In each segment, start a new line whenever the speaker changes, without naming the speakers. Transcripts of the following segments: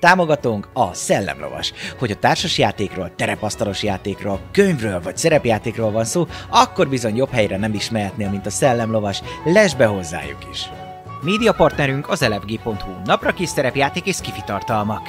Támogatónk a Szellemlovas. Hogy a társas játékról, terepasztalos játékról, könyvről vagy szerepjátékról van szó, akkor bizony jobb helyre nem is mehetnél, mint a Szellemlovas. Lesz be hozzájuk is! Média partnerünk az elefg.hu, napra kis szerepjáték és kifitartalmak.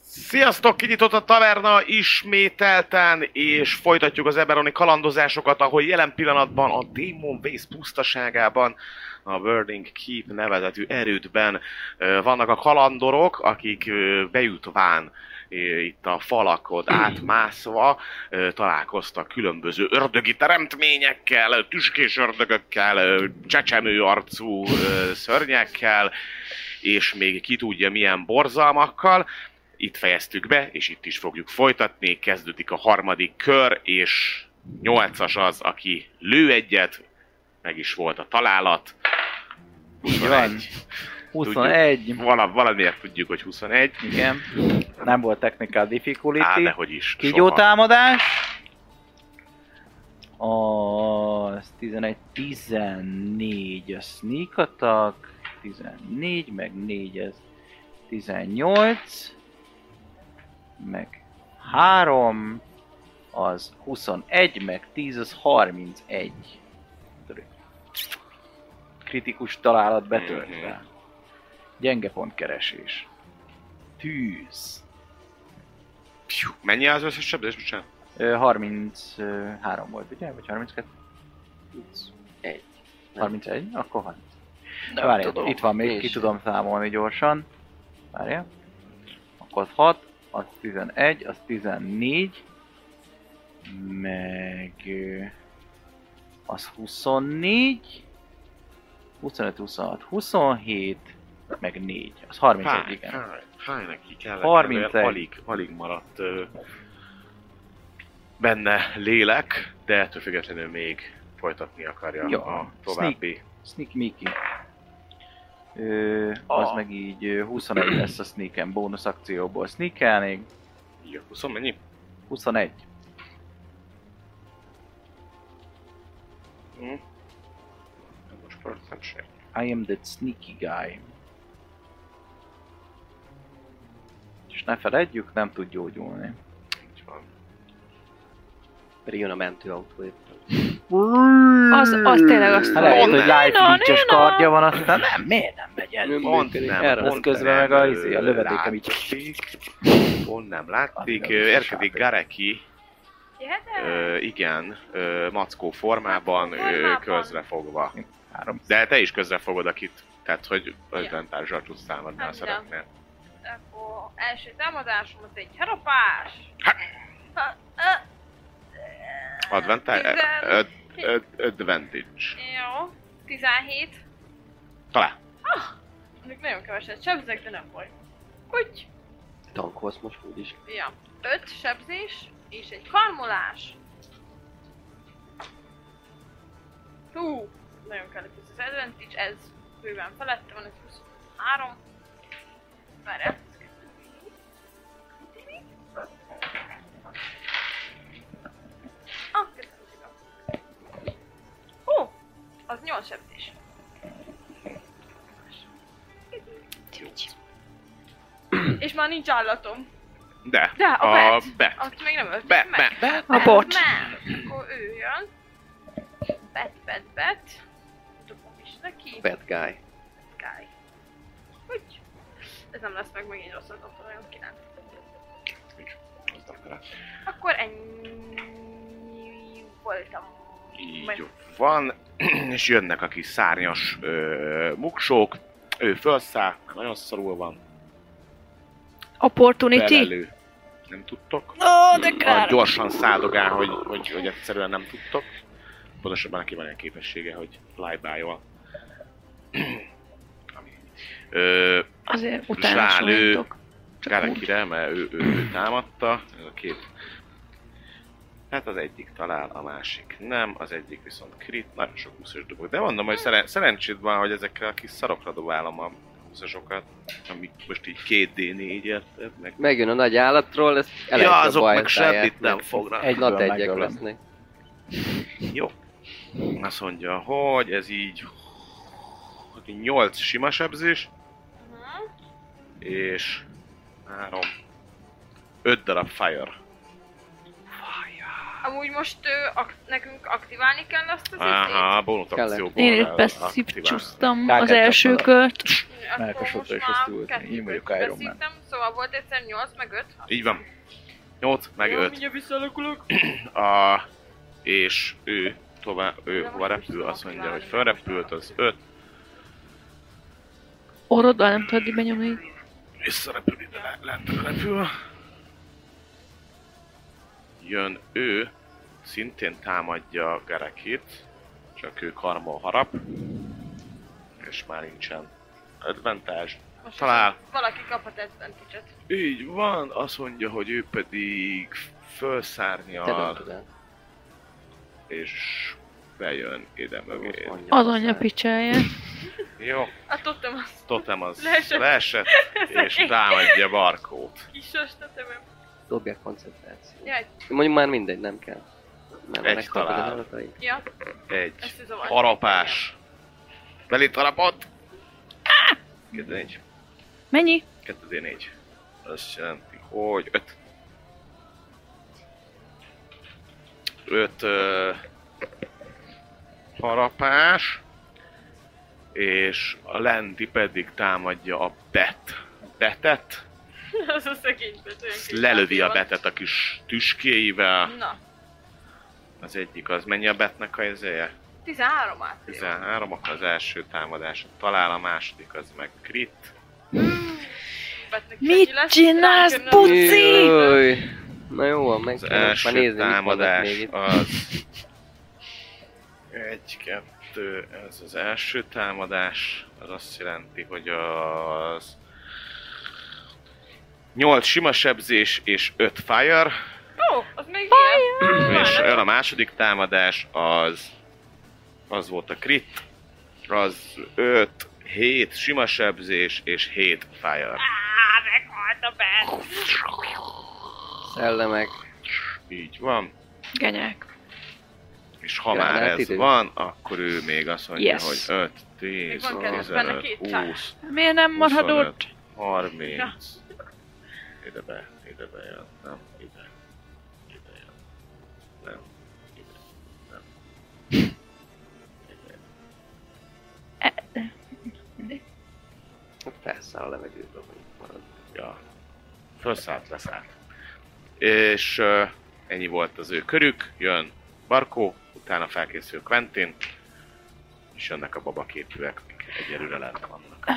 Sziasztok, kinyitott a taverna ismételten, és folytatjuk az eberoni kalandozásokat, ahol jelen pillanatban a Demon Base pusztaságában, a Burning Keep nevezetű erődben ö, vannak a kalandorok, akik ö, bejutván ö, itt a falakon átmászva ö, találkoztak különböző ördögi teremtményekkel, ö, tüskés ördögökkel, ö, csecsemő arcú ö, szörnyekkel, és még ki tudja milyen borzalmakkal itt fejeztük be, és itt is fogjuk folytatni. Kezdődik a harmadik kör, és nyolcas az, aki lő egyet, meg is volt a találat. 21.
21,
Vala, valamiért tudjuk, hogy 21.
igen. Nem volt technical difficulty.
Á, dehogy is.
Kígyó
soha.
támadás. Az 11, 14 a sneak attack, 14, meg 4 ez 18, meg 3, az 21, meg 10, az 31. Törő. Kritikus találat
Mhm.
betöltve. Gyenge pontkeresés. Tűz.
Pfiú, Mennyi az összes sebzés, bocsánat?
Ö, 33 volt, ugye? Vagy 32?
Egy.
31? Akkor 30.
Nem
Várj,
tudom.
itt van még,
Én
ki
sem.
tudom számolni gyorsan. Várjál. Akkor az 6, az 11, az 14, meg ö, az 24, 25, 26, 27, meg 4, az 31,
Fáj,
igen.
fáj, fáj neki kellett.
31.
mert Alig, alig maradt ö, benne lélek, de ettől függetlenül még folytatni akarja
Jó.
a további.
Sneak Miki. Ö, az
Ah.
meg így ö, 21 lesz a sneaken, bónusz akcióból sneakelnék,
Jó, 20 Szóval mennyi?
21.
Hm. Most perception.
I am that sneaky guy. És ne feledjük, nem tud gyógyulni.
Így van.
Pedig jön a mentőautó éppen.
Az, az tényleg azt
Hát lehet,
Mondd
hogy
mondom.
ne.
Life Leech-es kardja van, aztán nem, miért nem megy el?
Nem.
Pont
működik.
nem,
Erre
pont
közben
nem,
meg a
ö,
izé, a lövedékem így-
látszik. Pont nem látszik.
Annyira
Ö,
biztos
Érkezik
átér.
Gareki,
hát
ö, igen, ö, mackó formában,
Mackó
ö,
formában.
közrefogva.
Három.
De te is közrefogod, akit. Tehát, hogy ötlentársal tudsz támadni, ha
Hát, igen.
szeretnél.
Akkor első támadásom az egy harapás.
Ha.
Ha, ö,
Advantage?
Tizen-
Ö, ö, ö, Advantage.
Jó, 17.
Talán.
Még nagyon keveset sebzek, de nem baj. Hogy?
Tankolsz most úgyis.
Ja. 5 sebzés és egy karmolás. Hú, nagyon kellett ez az advantage, ez bőven felette van, ez 23. Várjál. Ah, köszönöm szépen. Hú, az 8 sebzés. És már nincs állatom.
De.
De, a, a
bet.
Azt még nem öltük
Bet,
meg.
bet. bet.
Bet, A bot. Akkor ő jön. Bet, bet, bet. Dobom is neki.
Bad guy.
Guy. Hogy? Ez nem lesz meg megint rossz, az ott olyan 9.
Nincs. Az nem kell.
Akkor ennyi voltam.
Így
Majd-
van, és jönnek a kis szárnyas ö, muksók, ő felszáll, nagyon szarul van,
Opportunity?
belelő. Nem tudtok?
Ó, oh, de
Ah,
kár!
gyorsan szállogál, hogy, hogy, hogy egyszerűen nem tudtok. Pontosabban neki van ilyen képessége, hogy flyby Ö,
Azért utána
Zsál, ő,
soroljtok. Csak úgy.
Gárekire, mert ő, ő, ő, támadta, ez a két. Hát az egyik talál, a másik nem, az egyik viszont krit, nagyon sok 20 dobok. De mondom, hogy szeren- szerencséd van, hogy ezekkel a kis szarokra dobálom a 20-asokat, ami most így 2D4, érted? Meg
Megjön a nagy állatról, ez elejti
Ja,
a
azok meg
bajtáját,
semmit nem fognak.
Egy
Egyből
nat egyek
megölöm.
lesznek.
Jó. Azt mondja, hogy ez így 8 sima sebzés,
Mhm.
és 3, 5 darab fire.
Amúgy most ö, ak- nekünk aktiválni kell azt az
Aha, bónus
Kellett.
akcióból
Én
el-
itt
aktivál.
beszívcsúsztam
Rákett
az első
csapalak.
kört.
izét.
Melkos
Akkor
óta is
most
ezt
már
ültni.
kettőt
Én vagyok Iron Man.
beszívtam, Szóval volt egyszer 8 meg 5.
Így van. 8 meg 5.
mindjárt visszalakulok.
A, és ő tovább, ő
Nem,
hova
most
repül,
nem
azt mondja, hogy
aktiválni.
felrepült az 5,
Orrodal nem tudod így benyomni.
visszarepül ide, le- lentre repül. Jön ő, szintén támadja Garekit, csak ő karmol harap, és már nincsen advantage.
Most
Talál.
Valaki kaphat advantage-et.
Így van, azt mondja, hogy ő pedig
Te
felszárnyal,
döntöd el.
és bejön ide
Azt
mögé.
mondja,
Az
azt
anyja
mondja.
picsája.
Jó,
Hát tudtam azt
totem az
Leesett.
leesett, és
egy-
támadja Barkót.
kis astetemem.
Dobja koncentráció.
Jaj,
Mondjuk már mindegy, nem kell. Nem,
Egy
ennek kapod
talál.
az adatait.
ja,
Egy
ezt tudom.
harapás. Belét harapott! 2D4.
Mennyi?
2D4. Azt jelenti, hogy 5. 5 uh, harapás, és a lenti pedig támadja a bet. Betet,
Az a szegény bet, olyan
Ezt
kis
lelövi a
lábja
betet a kis tüskéivel.
van. Na,
Az egyik az, mennyi a betnek a izéje?
13 át.
13, akkor az első támadás talál, a második az meg crit.
Betnek
Mit
könnyű lesz,
csinálsz,
rám kell
puci?
nőni.
Jaj. Na jó, van, meg
Az
kell most már
első
nézni, mit mondott
támadás
még itt.
az... Egy, kettő, ez az első támadás, az azt jelenti, hogy az... 8 sima sebzés és 5 fire,
Ó, az még ilyen.
és jön a második támadás, az... Az volt a crit, az 5, 7 sima sebzés és 7 fire.
Á, meghalt a bet.
Ah.
Szellemek.
Így van.
Genyák.
És ha már
Gránát
ez
idő.
van, akkor ő még azt mondja,
Yes.
hogy 5, 10,
Még van kedves benne
15,
két
20,
Miért nem maradott?
25, 30.
Ja.
Ide be, ide be jön. Nem, ide. Ide jön. Nem, ide. Nem. Ide.
E,
Felszáll Hát a levegőbe, hogy itt marad.
Ja. Fölszállt, leszállt. És uh, ennyi volt az ő körük. Jön Barkó, utána felkészül Quentin, és jönnek a babaképűek, akik egyelőre lent vannak.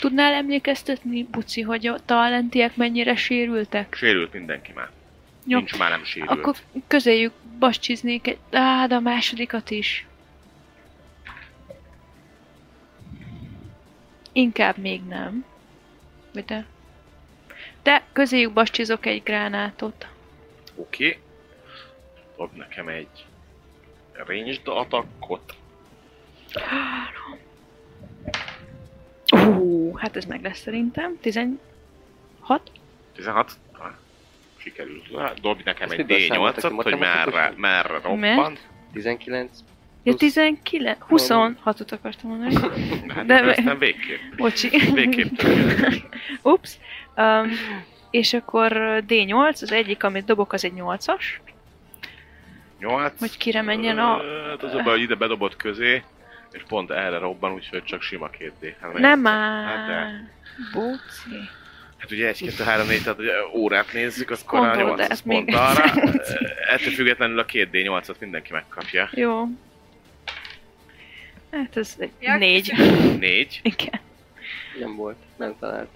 Tudnál emlékeztetni, Buci, hogy a talentiek mennyire sérültek?
Sérült mindenki már.
Jó.
Nincs már nem sérült.
Akkor közéjük bascsiznék egy... Á, de a másodikat is. Inkább még nem. Vagy De, de közéjük bascsizok egy gránátot.
Oké. Okay. Dob nekem egy ranged attackot.
Ó, hát ez meg lesz szerintem. 16?
16. Ah, Sikerült. Hát, Dobj nekem
Ezt
egy
miből számoltak ki,
D8-at, hogy merre,
matematikus?
merre roppant.
Mert?
19.
Ja,
Plusz-
19, 26-ot akartam mondani.
Hát
De-
De aztán végképp.
Bocsi.
Végképp tökéletes.
Ups. Um, és akkor D8, az egyik, amit dobok, az egy 8-as.
8.
Hogy kire menjen a-
Hát az a baj, hogy ide bedobott közé. És pont erre robban, úgyhogy csak sima 2D. Hát meg-
Nem
Hát de.
már. Buci.
Hát ugye 1, 2, 3, 4, tehát ugye órát nézzük, akkor a
Gondold,
8
ez még
pont arra.
egyszer.
Eh, Ettől függetlenül a 2D8-at mindenki megkapja.
Jó. Hát ez egy
Ja,
négy.
4.
Igen.
Nem volt, nem talált.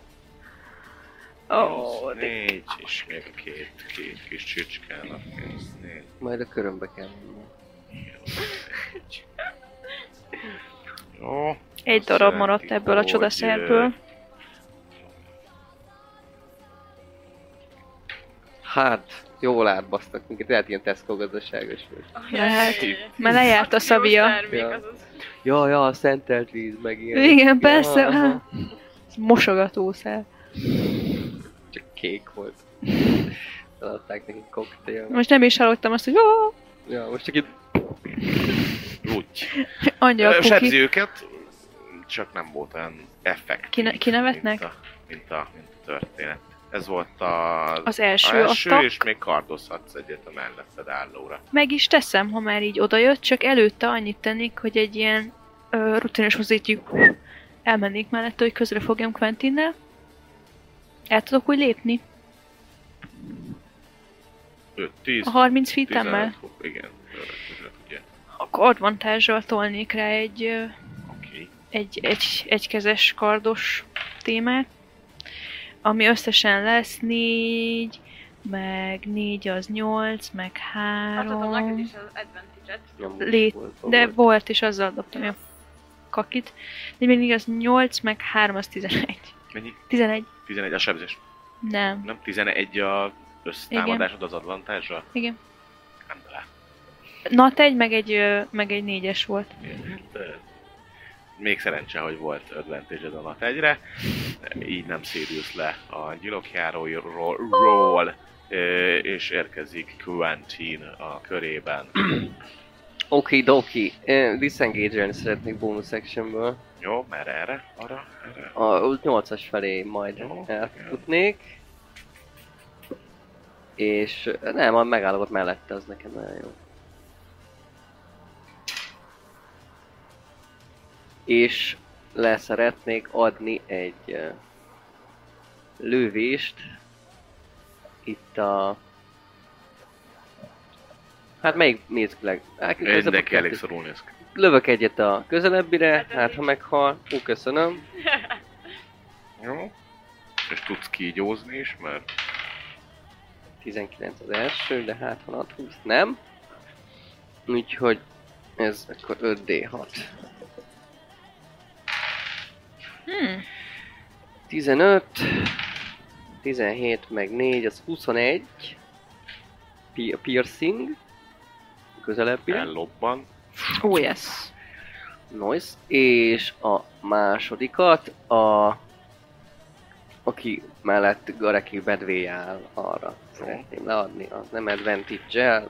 Ó, oh,
4, és még két, két kis csücskának. Ez négy.
Majd a körömbe kell menni.
Jó.
egy
Azt
darab
jelenti,
maradt ebből a
hogy,
csodaszerből.
Hát, jól átbasztak minket, lehet ilyen Tesco gazdaságos volt.
Lehet.
Jaj.
Mert lejárt a
Akciós
Szavia.
termék,
Ja.
azaz.
Ja, ja, a szentelt víz, meg ilyen.
Igen, persze.
Ja, aha.
Ja, Mosogatószer.
Csak kék volt. Eladták nekik koktél.
Most nem is hallottam azt, hogy ó,
Ja, most csak itt
Úgy.
annyira
Ö, Sebzi
puki.
őket, csak nem volt olyan effekt.
Kine- kinevetnek?
Mint a, mint a, mint a történet. Ez volt a,
Az
a
első,
első
adta.
és még kardozhatsz egyet a melletted állóra.
Meg is teszem, ha már így odajött, csak előtte annyit tennék, hogy egy ilyen ö, rutinos mozdítjuk elmennék mellette, hogy közre fogjam Quentinnel. El tudok úgy lépni?
5, 10,
A 30 feet-emmel?
15, fok, igen. Ö, tizenöt, ugye.
Akkor advantage tolnék rá egy ö,
Oké.
egy, egy, egykezes kardos témát, ami összesen lesz 4, meg 4 az 8, meg
Adhatom Hát, neked
3.
is az advantage-et.
nyomó
Lét-
volt.
De volt, és azzal dobtam a kakit. De még mindig az 8, meg 3 az 11.
Mennyi?
11?
11 a sebzés.
Nem.
Nem 11 a össztámadásod az advantage
Igen.
Nem talál.
Nat egy, meg egy, ö, meg egy négyes volt.
Ö, Még szerencse, hogy volt advantage a nat egyre. Így nem szérülsz le a gyilokjáróról, ö, és érkezik Quentin a körében.
Oké, doki. Disengage-elni szeretnék bonus actionből.
Jó, merre erre? Arra? Erre?
A 8-as felé majd
Jó.
eltudnék. És ö, nem, a megállapot mellette az nekem nagyon jó. És leszeretnék adni egy ö, lövést itt a... Hát melyik néz ki leg... Hát, igazából
Mindenki elég
kettő-
szorul néz ki.
Lövök egyet a közelebbire,
Hát ez
hát ha
így.
meghal, ú, köszönöm.
Jó. És tudsz kígyózni is, mert
19 az első, de hát ha nat 20 nem. Úgyhogy ez akkor 5D6.
Hmm.
15, 17 meg 4, az 21. Pi- piercing. Közelebbi.
ellobban.
Ó, yes.
Noise. És a másodikat a... Aki mellett Gareki medvé áll, arra szeretném leadni. Az nem advantage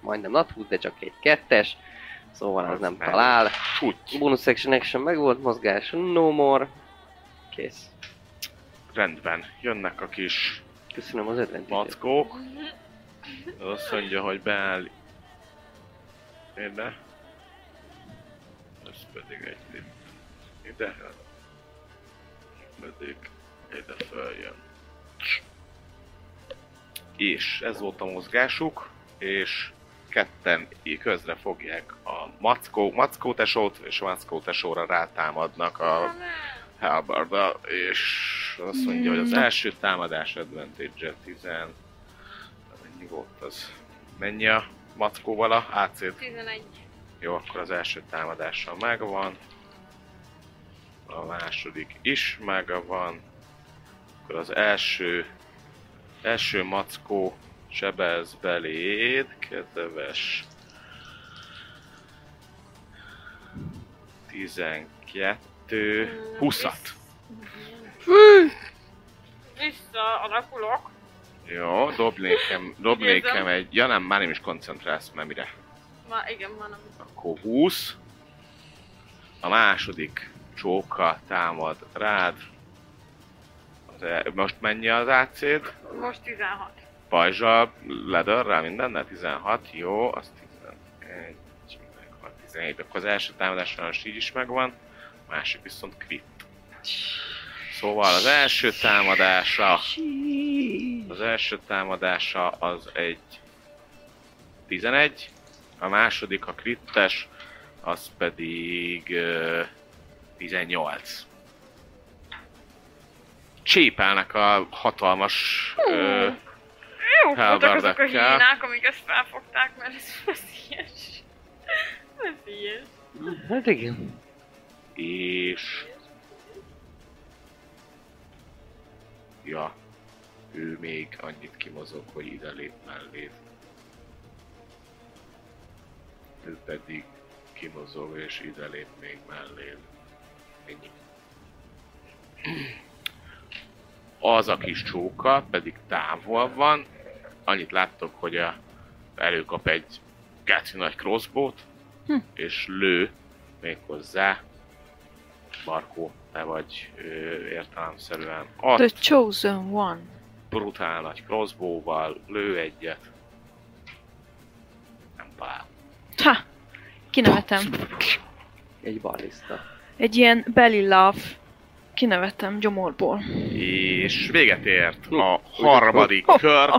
majdnem nat 20, de csak egy kettes. Szóval az,
Az
nem
már-
talál.
Fut!
Bonus action action megvolt, mozgás no more. Kész.
Rendben, jönnek a kis
Köszönöm az advantage
mackók. Az azt mondja, hogy beáll... Ide. Ez pedig egy... Ide. Pedig ide följön. És ez volt a mozgásuk, és ketten így közre fogják a mackó, mackó tesót, és a mackó tesóra rátámadnak a halbarda, és azt mondja, hogy az első támadás advantage 10. Mennyi volt az? Mennyi a mackóval a ac -t?
11.
Jó, akkor az első támadása megvan. A második is megvan. Akkor az első, első mackó sebez beléd, kedves. 12, 20
Vissza alakulok.
Jó, dob nékem, dob
Érzem.
nékem egy... Ja nem, már nem is koncentrálsz, mert mire.
Ma igen, ma nem.
Akkor 20. A második csóka támad rád. Az el- Most mennyi az AC-d?
Most 16.
Pajzsa, ledör rá mindennel? 16, jó, az 11, meg a 10. 11, akkor az első támadás sajnos így is megvan, a másik viszont quit. Szóval az első támadása, az első támadása az egy 11, a második a krittes, az pedig ö, 18. Csépelnek a hatalmas ö,
Jó, voltak azok a
Halberdekkel.
hiénák, amik ezt felfogták, mert ez veszélyes. Veszélyes.
Hát igen.
és... Ja, ő még annyit kimozog, hogy ide lép mellé. Ő pedig kimozog és ide lép még mellé. Ennyi. Az a kis csóka pedig távol van. Annyit láttok, hogy a, előkap egy gáci nagy crossbowt, és lő méghozzá Markó, te vagy ö, értelemszerűen a
The Chosen One.
brutál nagy crossbow-val, lő egyet. Nem talál.
Ha! Kinevetem.
Egy ballista.
Egy ilyen belly love. Kinevetem gyomorból.
És véget ért a harmadik kör,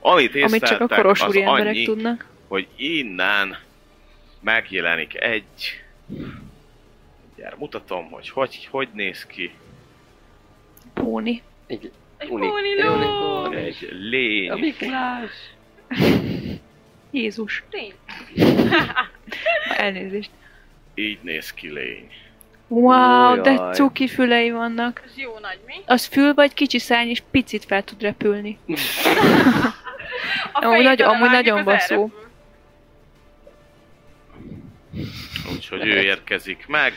amit
Amit csak a
észleltek,
koros
az
úri emberek
annyi,
tudnak.
hogy innen megjelenik egy... Mindjárt mutatom, hogy hogy, hogy néz ki.
Póni.
Egy
Egy
Uni-
póniló!
unicorn.
Egy
A
lény.
Mikulás!
Jézus.
Tény.
Elnézést.
Így néz ki lény.
Wow, de
Jaj.
cuki fülei vannak.
Ez jó nagy, mi?
Az fül vagy kicsi szárny, és picit fel tud repülni.
A
Amúgy
fejét
nagy-
oda vágjuk,
amúgy nagyon
az
baszó.
elrepül.
Úgyhogy ő érkezik meg.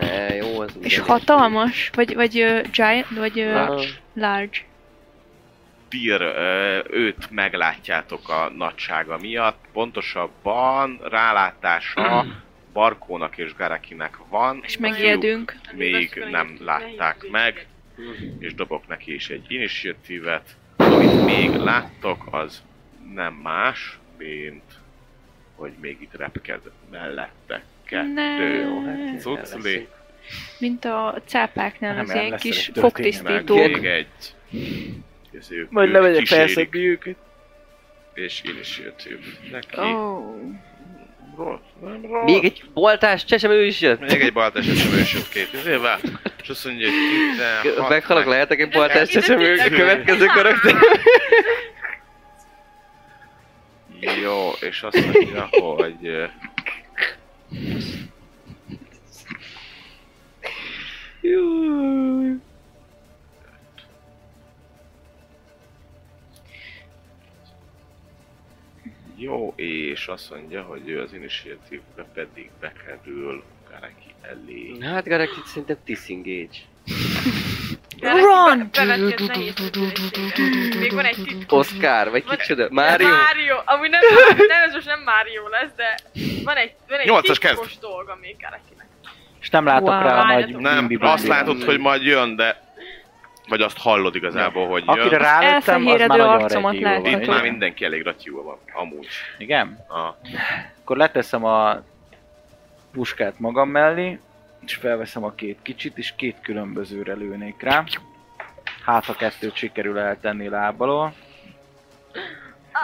Ne, jó, az ugyanis.
És hatalmas, vagy, vagy ö, giant, vagy ö,
Large.
large.
Tyr ö, őt meglátjátok a nagysága miatt. Pontosabban rálátása Barkónak és Garakinek van,
És megijedünk.
Az
még
igaz,
nem
hogy
látták
nehéz
meg,
ügyeket.
és dobok neki is egy initiatívet. Amit még láttok, az nem más, mint hogy még itt repked mellette kettő.
Ne.
Jó, hát igen,
Cucli.
leszünk.
Mint a cápáknál
Nem,
az
nem,
ilyen
lesz
kis
egy történet.
Meg
fogtisztítók.
még egy. És ők,
Majd
ők
levegyek
kísérik,
persze őket.
És initiatív neki.
Oh.
Rossz, nem rossz.
Még egy boltás csecsemő is jött!
Még egy baltás esemősöd két izével, és azt mondja, hogy
K-
16
Meghalok, lehetek egy boltás
Ide
csecsemő a
tényleg-
következő karakter?
Jó, és azt mondja, hogy... ö, Jó, és azt mondja, hogy ő az initiatívbe pedig bekerül Gareki elé.
Hát Garek itt szerintem disengage.
Bele-
Run!
be- beveti az nehéz ügyeket. Még van egy titkos.
Oscar, vagy
Van-
kicsoda, Mário?
Mário, amúgy nem, nem, ez most nem Mário lesz, de van egy, van egy
Nyolcas
titkos dolga még Garakinek.
És nem látok
Wow.
rá a nagy
Várjatok.
Nem,
bimbi-bambi-ra.
azt látod, hogy majd jön, de... Vagy azt hallod igazából, hogy
Akire
jön.
rálőttem, az már
elfehéredő
nagyon
arcomat
rendjívó van.
Itt
látható.
már mindenki elég ratyúva van, amúgy.
Igen?
A
Akkor leteszem a puskát magam mellé, és felveszem a két kicsit, és két különbözőre lőnék rá. Hát, ha kettőt sikerül eltenni lábalól.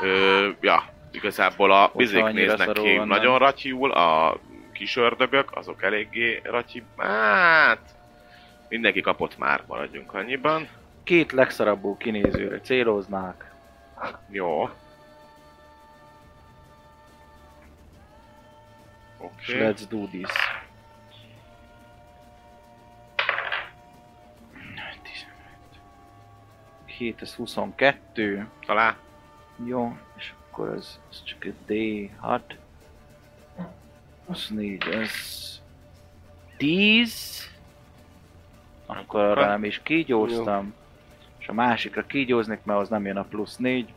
Ö, ja, igazából a
Hogyha
bizék
annyira
néznek
szarul
ki
van,
nagyon
nem?
ratyúl, a kis ördögök, azok eléggé ratyi... Hát... Mindenki kapott már, maradjunk annyiban.
Két legszarabbú kinézőre céloznák.
Jó.
És
Oké. Okay.
let's do this. 15. 7, ez 22.
Talán.
Jó, és akkor ez, ez csak egy D6. 24, ez 10. Akkor arra nem is kígyóztam. És a másikra kígyóznék, mert az nem jön a plusz 4.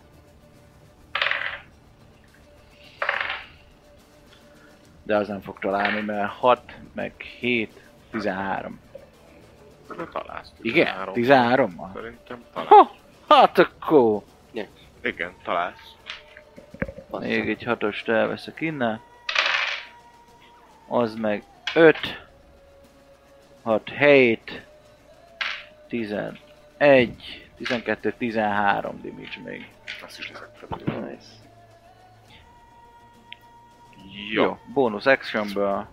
De az nem fog találni, mert 6, meg 7, 13.
Találsz.
Igen? 13? -mal?
Szerintem találsz.
Ha, hát akkor!
Igen, találsz.
Bassza.
Még egy hatost elveszek innen. Az meg 5. 6, 7. 11. 12, 13 damage még.
Azt is leszettem.
Nice.
Jó. Jó.
Jó. Bonus actionből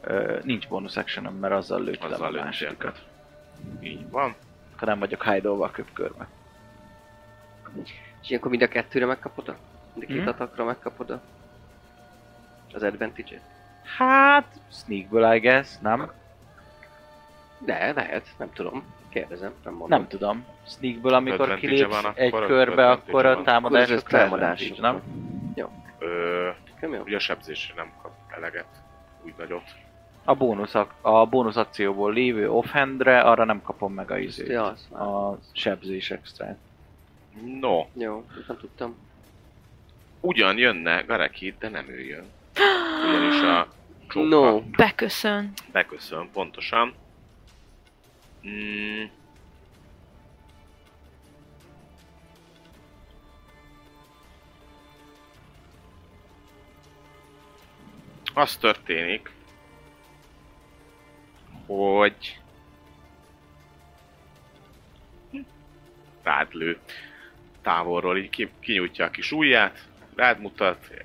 ö, nincs bonus action mert azzal lőtt le
Azzal
a
lőtt
másodikat.
Így van.
Ha nem vagyok hide a köpkörbe.
És ilyenkor mind a kettőre megkapod a? Mind a két
Mhm. körbe.
atakra megkapod a... Az advantage-et?
Hát, sneakből I guess, nem?
De, lehet, nem tudom. Kérdezem, nem mondom.
Nem tudom. Sneakből, amikor
Advantage-e
kilépsz
van,
egy
akkor az
körbe,
advantage-e
akkor a
van.
támadások
Akkor az
támadás,
támadás.
nem?
Ö,
Köm jó?
ugye a sebzésre nem kap eleget. Úgy nagyot.
A bónusz, ak- a bónusz akcióból lévő offhandre arra nem kapom meg a izét.
Ja, azt már.
A sebzés extra.
No.
Jó, ezt nem tudtam.
Ugyan jönne Gareki, de nem ő jön. Ugyanis a csóka
No.
Beköszön.
beköszön, pontosan. Mm. Az történik, hogy rád lő távolról, így ki, kinyújtja a kis ujját, rád mutat,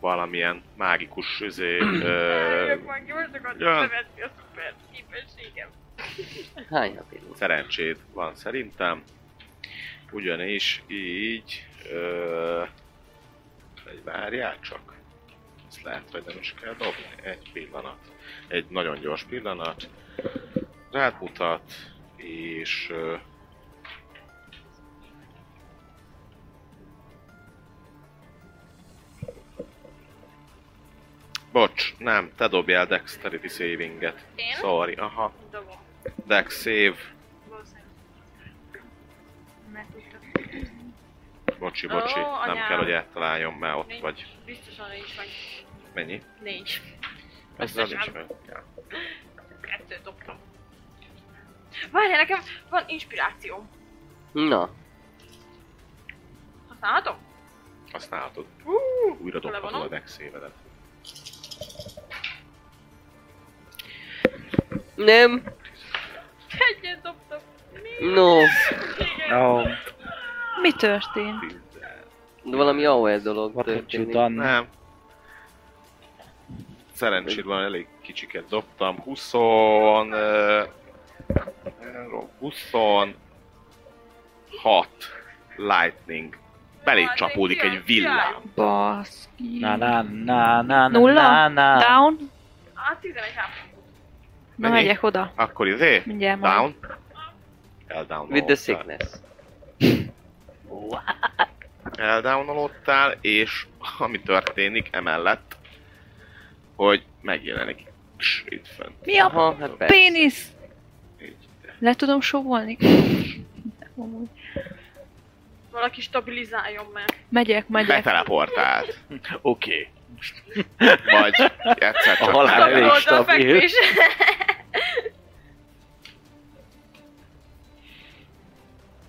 valamilyen mágikus üzé, ö,
Jövök majd gyorsakat
Jön.
bevetni a szuper képességem.
Hány hp volt?
szerencséd van szerintem. Ugyanis így... Ö, egy várjál csak. Ezt lehet, hogy nem is kell dobni. Egy pillanat. Egy nagyon gyors pillanat. Rád mutat, és... Ö, Bocs, nem, te dobjál Dexterity Savinget.
Én?
Sorry, aha.
Dobom.
Dex save.
Valószínűleg.
Bocsi, bocsi,
Ó,
oh, nem
anyám.
kell, hogy áttaláljon, mert ott
Nincs.
vagy.
Biztosan nincs meg.
Mennyi?
Négy.
Azzal
Összesen.
nincs meg. Ja.
Kettőt dobtam. Várjál, nekem van inspiráció.
Na,
Használhatom?
Használhatod.
Hú,
Újra dobhatod
Belevonom?
a dex évedet.
nem,
egyet dobtam. Mi?
no.
Oh,
Mi történt?
De valami AOE dolog
what have you
történik.
done?
Nem. Szerencsére van, elég kicsiket dobtam. 20... ö, 26 lightning. Belé
Hát,
csapódik
egy
egy villám.
Baszki.
Na na na na na na
Nulla?
na
Down?
Á, 11 HP.
Na
Mennyi?
megyek oda.
Akkor izé?
Mindjárt majd.
Down. Eldown.
With the sickness.
eldownolódtál, és ami történik emellett, hogy megjelenik Ss, itt fent.
Mi a
Aha, hát persze.
pénisz?
Így.
Le tudom sóvolni? Amúgy.
Valaki stabilizáljon már.
Megyek, megyek.
Beteleportált. Oké. Vagy egyszer csak
A halál
elég
elég
Stabilizálta a
stabil.
fekvés.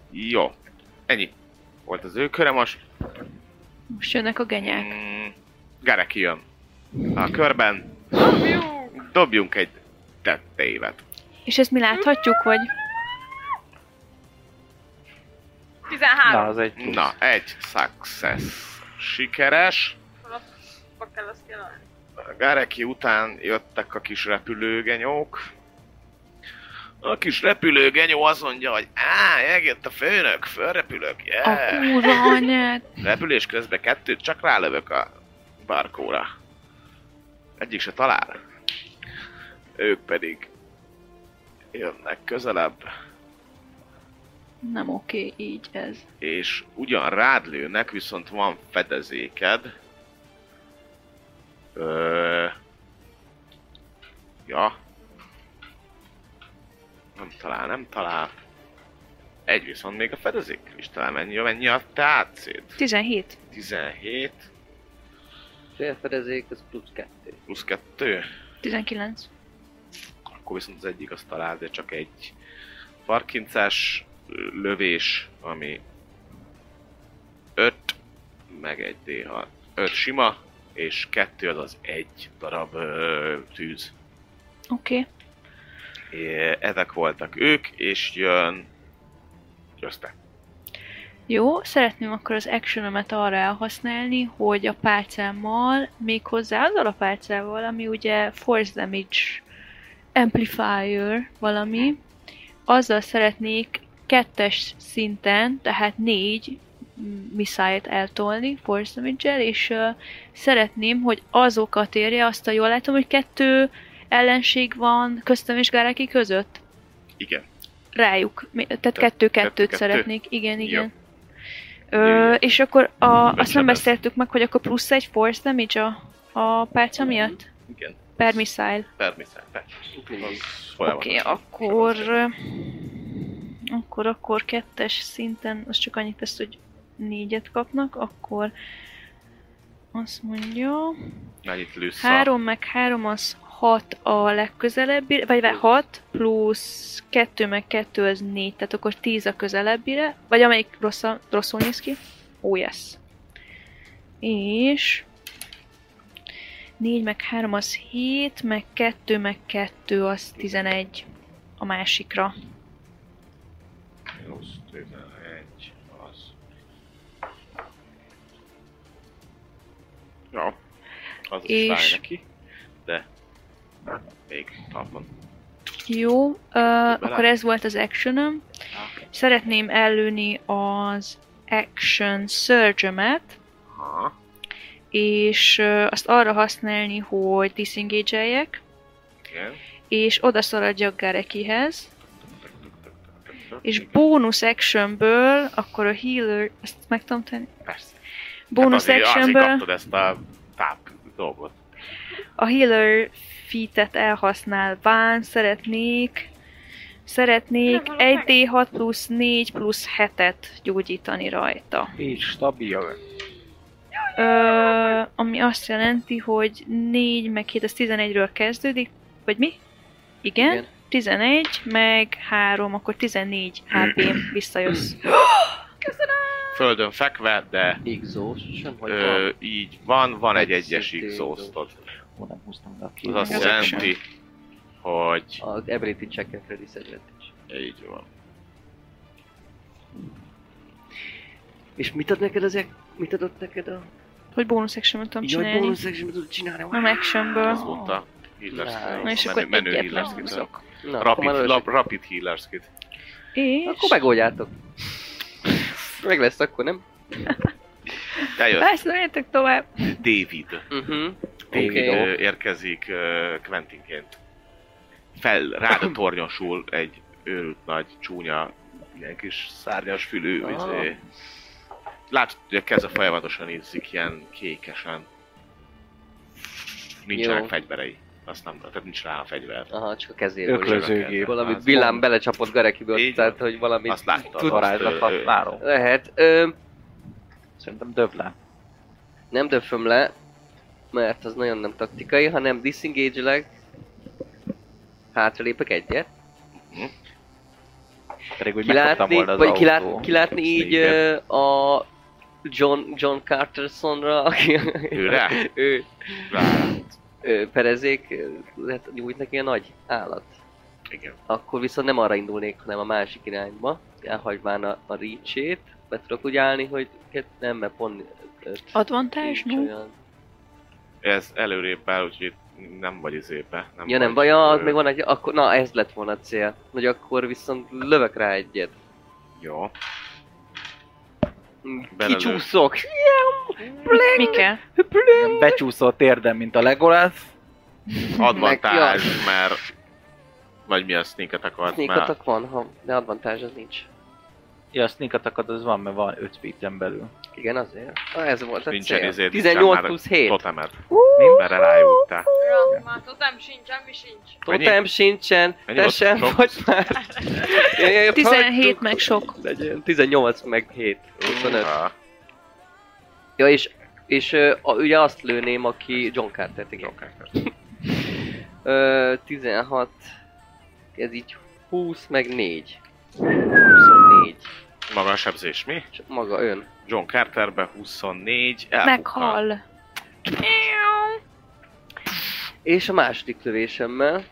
Jó. Ennyi. Volt az ő köre most.
Most jönnek a genyák.
Mm, Gareki jön. A körben
Dobjuk!
dobjunk egy tettévet.
És ezt mi láthatjuk, vagy?
13.
Na, az egy plusz.
Na, egy success. Sikeres.
Falaszba kell azt jelenni.
A Gareki után jöttek a kis repülőgenyók. A kis repülőgenyó azt mondja, hogy á, eljött a főnök, fölrepülök,
A
yeah.
kurva anyát.
Repülés közben kettőt csak rálövök a barkóra. Egyik se talál. Ők pedig jönnek közelebb,
Nem oké, így ez.
és ugyan rád lőnek, viszont van fedezéked. Ö... Ja. Nem talál, nem talál. Egy viszont még a fedezékkel is talál, mennyi, mennyi a tátszét?
17.
17
Félfedezék, az plusz kettő.
plusz 2.
19.
akkor viszont az egyik azt talál, de csak egy farkincás lövés, ami 5, meg egy D6. 5 sima, és 2 az az egy darab ö, tűz.
Oké. Okay.
É, ezek voltak ők, és jön... Jössz te.
Jó, szeretném akkor az actionomet arra elhasználni, hogy a pálcámmal, méghozzá azzal a pálcával, ami ugye force damage amplifier valami, azzal szeretnék kettes szinten, tehát négy mm, missile-t eltolni force damage és ö, szeretném, hogy azokat érje azt a jól látom, hogy kettő ellenség van köztem és Garaki között?
Igen.
rájuk. Mi- Tehát
kettő,
kettő-kettőt
kettő.
szeretnék. Igen,
Jó.
igen.
Jó, jó.
Ö, és akkor a, azt nem
Ötleted.
beszéltük meg, hogy akkor plusz egy force damage a, a pálca miatt?
Igen.
Per missile.
Permisztán.
Mindig.
Oké, okay, akkor... ö, Akkor, akkor kettes szinten, az csak annyit tesz, hogy négyet kapnak, akkor azt mondja...
Mennyit lősz a-
Három meg három az hat a legközelebbi, vagy vagy hat plusz kettő meg kettő az négy, tehát akkor tíz a közelebbire, vagy amelyik rossz, rosszul néz ki. Ó, oh, yes. És... négy meg három az hét, meg kettő meg kettő az tizenegy a másikra.
Plusz 11, az... Ja, az is
És-
fáj neki, de még talpon.
Jó, uh, akkor ez volt az actionöm. Szeretném ellőni az action surge
Aha.
és ö, azt arra használni, hogy disengage
Igen.
és odaszaladjak Garekihez, és bónusz actionből, akkor a healer, ezt meg tudom tenni?
Persze.
Bónusz
hát azért, azért
actionből
kaptad ezt a táp dolgot.
a healer feat-et elhasználván szeretnék, szeretnék
Nem, valahol
1d6 plusz 4 plusz 7-et gyógyítani rajta.
Így stabil.
Ö, ami azt jelenti, hogy 4 meg 7, az 11-ről kezdődik, vagy mi? Igen,
Igen.
11, meg 3, akkor 14 HP-n visszajössz.
Földön fekve, de
Igzós, sem hogy
ö,
van.
így van, van egy egyes
Szintén
exhaustod.
Hol nem húztam le a
Az
két
azt
Ez
jelenti, hogy
Az ability check-ekre disadvantage.
így van.
És mit ad neked ezek? Mit adott neked a...
Hogy bónusz action tudom
Jaj,
csinálni.
bónusz action tudod csinálni.
Nem
Ez
actionből.
volt a healer
Na,
skill,
Na és
a
akkor
menő, menő
egyet
healer skill.
lehúzok.
Na, akkor már
Rapid,
először-
lap, rapid healer skill.
És...
Akkor megoldjátok. Meg lesz akkor, nem?
Eljött
Persze, menjetek tovább.
David.
Mhm.
David
Hát- Oké.
ö, érkezik ö, Quentinként. Fel, rád tornyosul egy őrült nagy, csúnya, ilyen kis szárnyas fülű,
Ah.
izé. Látod, hogy a keze folyamatosan ízzik ilyen kékesen. Nincsenek
Jó.
fegyverei. Azt nem, tehát nincs rá a fegyver.
Aha, csak a kezéből.
Öklöz.
öklözőgép.
Valami
Az
villám
van.
belecsapott Garekiből,
Így
tehát hogy valami
Azt láttad.
tud-
azt,
Varázslat
ö, ö,
használom.
lehet. Ö,
Szerintem döbb le.
nem döföm le, mert az nagyon nem taktikai, hanem disengage-elek. Hátralépek egyet.
Pedig úgy megkaptam
Kilátni,
volna az
vagy
autó.
kilát, kilátni így
Sneaker.
ö, a John, John Cartersonra, aki
Őre?
ő,
Rá.
ő perezék, ö, lehet nyújt neki a nagy állat.
Igen.
Akkor viszont nem arra indulnék, hanem a másik irányba, elhagyván a, a reach-ét. Be tudok úgy állni, hogy kett- nem, mert pont ö,
Advantage,
nincs
no?
olyan.
Ez előrébb áll, úgyhogy nem vagy izébe. Nem
Ja nem,
vagy,
vagy az
ö,
még van egy, akkor, na ez lett volna a cél. Hogy akkor viszont lövök rá egyet.
Jó.
Mm,
Belelő.
Kicsúszok!
Mi kell?
Hát,
Nem becsúszott érdem, mint a Legolas.
Advantage, mert... Vagy mi a sneak attack volt,
Sneak
mert...
attack van, ha, de advantage az nincs.
Ja, a sneak attack az van, mert van 5 feet belül.
Igen, azért. Na, ez volt a
Nincsen
cél.
izé, nincsen
18
már
plusz 7.
Totemed. Mindenre rájuttál.
Ra, már totem sincs, semmi sincs.
Ennyi?
Totem sincsen,
Ennyi
te
volt?
sem
Sok?
vagy már. Épp
17
hagytuk.
meg sok.
Legyen 18 meg 7. 25.
Ah,
Ja, és, és ö, a, ugye azt lőném, aki John Carter, igen.
Joker.
Ö, 16, ez így 20 meg 4. 24.
Maga a sebzés mi?
Csak maga ön.
John Carterbe 24. elpukkan.
Meghal.
És a második lövésemmel,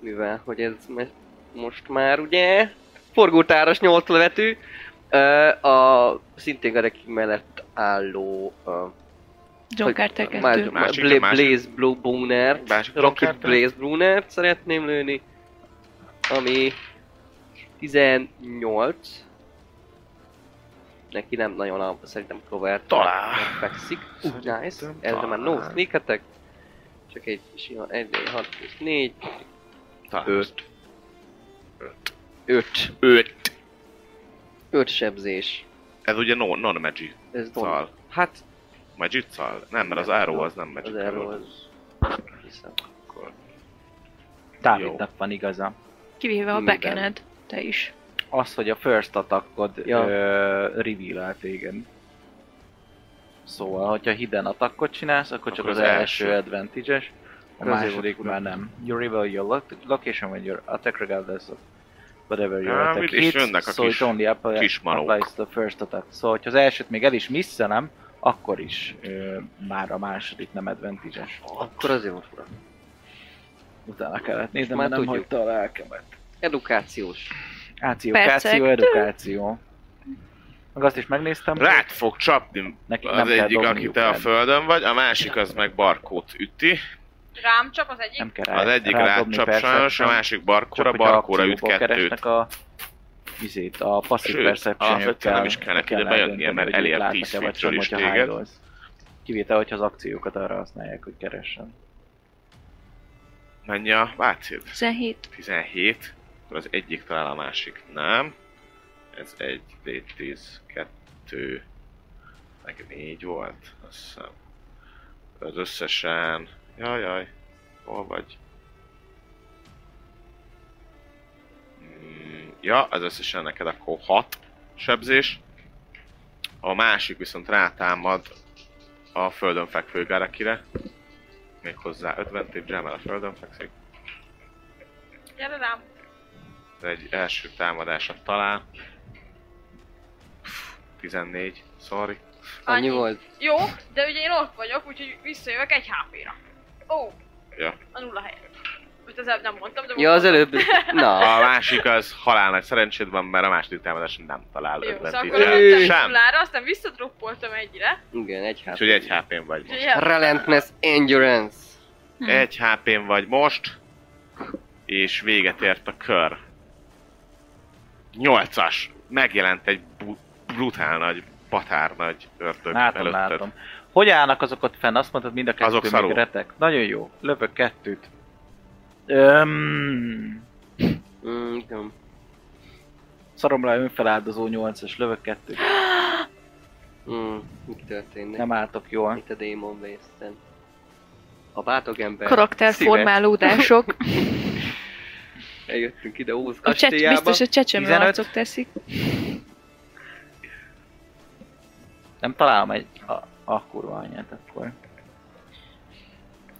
mivel hogy ez me- most már ugye forgótáras nyolc lövetű, ö, a szintén Gareki mellett álló ö,
John
Hogy-
Carter 2.
Más, más,
Másik,
Bla-
másik.
Blaze Blue Boonert,
Másik
Rocket
Carter.
Blaze Boonert szeretném lőni, ami 18. Neki nem nagyon a, szerintem cover
Talál.
fekszik. Uh, nice.
Szerintem
Ezre már no
talál.
sneak attack. Csak egy sima 1 6 plusz 4,
Talán.
5. 5. 5. 5 sebzés.
Ez ugye no, non-magic
Ez don.
szal.
Hát,
Magic szal? Nem, mert az arrow az nem magic.
az erről az... Hiszem.
Akkor
Dávidnak van igaza.
Kivéve a
Minden.
bekened. Te is.
Az, hogy a first attackod
Ja.
ja. reveal téged. Szóval, hogyha hidden attackot csinálsz, akkor, csak
Akkor
az,
az
első
első.
advantage-es, a
Akkor az
második
jó.
már nem. You reveal your lo- location when your attack regardless of whatever your
Á,
attack
mindig
hits,
jönnek a
so
kis-
it only apply,
kis malók.
applies the first attack. Szóval, hogyha az elsőt még el is misszelem, akkor is ö, már a második nem advantage-es.
Akkor azért volt fura.
Utána kellett néznem,
Már
mert nem
tudjuk.
hagyta a lelkemet.
Edukációs.
Áció,
Percek.
káció, edukáció. Meg azt is megnéztem, hogy
Rád fog csapni
Neki nem
az
kell
egyik,
dobniuk,
aki te a
nem.
földön vagy, a másik az meg barkót üti.
Rám csap az egyik?
nem kell rá,
Az egyik rád
rádobni
csap
perception,
sajnos, a másik
csak
barkóra,
hogyha
barkóra üt
akcióból
kettőt.
keresnek a vizét, a passzív
Sőt,
perception
alapvetően nem is kell neki, de bejönnie, mert elér 10 feet-ről is téged.
Kivétel, hogyha az akciókat arra használják, hogy keressen.
Mennyi a vácid?
17.
17, akkor az egyik talál a másik nem. Ez 1, 4, 2, meg 4 volt, azt hiszem. Az összesen... Jaj, jaj, hol vagy? Mm, Ja, az összesen neked akkor 6 sebzés. A másik viszont rátámad a földön fekvő Garakire. Méghozzá 50 tép, a földön fekszik.
Gyere rám.
Ez egy első támadása talán. Pff, 14, sorry.
Annyi
Annyi.
volt.
Jó, de ugye én ott vagyok, úgyhogy visszajövök egy HP-ra. Ó,
Ja.
a nulla helyet. Most az előbb nem mondtam, de most
Ja, az
mondtam.
előbb... Na,
A másik az halál nagy szerencséd van, mert a második támadás nem talál
Jó,
ötlet
szóval akkor
tízzel.
Ő.
előttem
Sem.
nullára, aztán visszadroppoltam egyre.
igen, egy hát.
Úgyhogy egy HP-n vagy most.
Ugye,
Relentless Endurance.
Egy HP-n vagy most. És véget ért a kör. Nyolcas. Megjelent egy bu- brutál nagy, patár nagy ördög
Látom,
előtted.
látom. Hogy állnak azok ott fenn? Azt mondtad, mind a kettő
Azok
még
szarul.
retek. Nagyon jó, lövök kettőt. Öm,
Mm, tudom.
szaromra önfeláldozó 8-as, lövök kettőt.
Mm, mi történik?
Nem álltok jól.
Itt a Demon waste A bátok ember.
Karakterformálódások.
Eljöttünk ide Óz
A cse-
kastélyába.
biztos a csecsemő
15.
arcok teszik.
Nem találom egy... A, a kurva anyát akkor.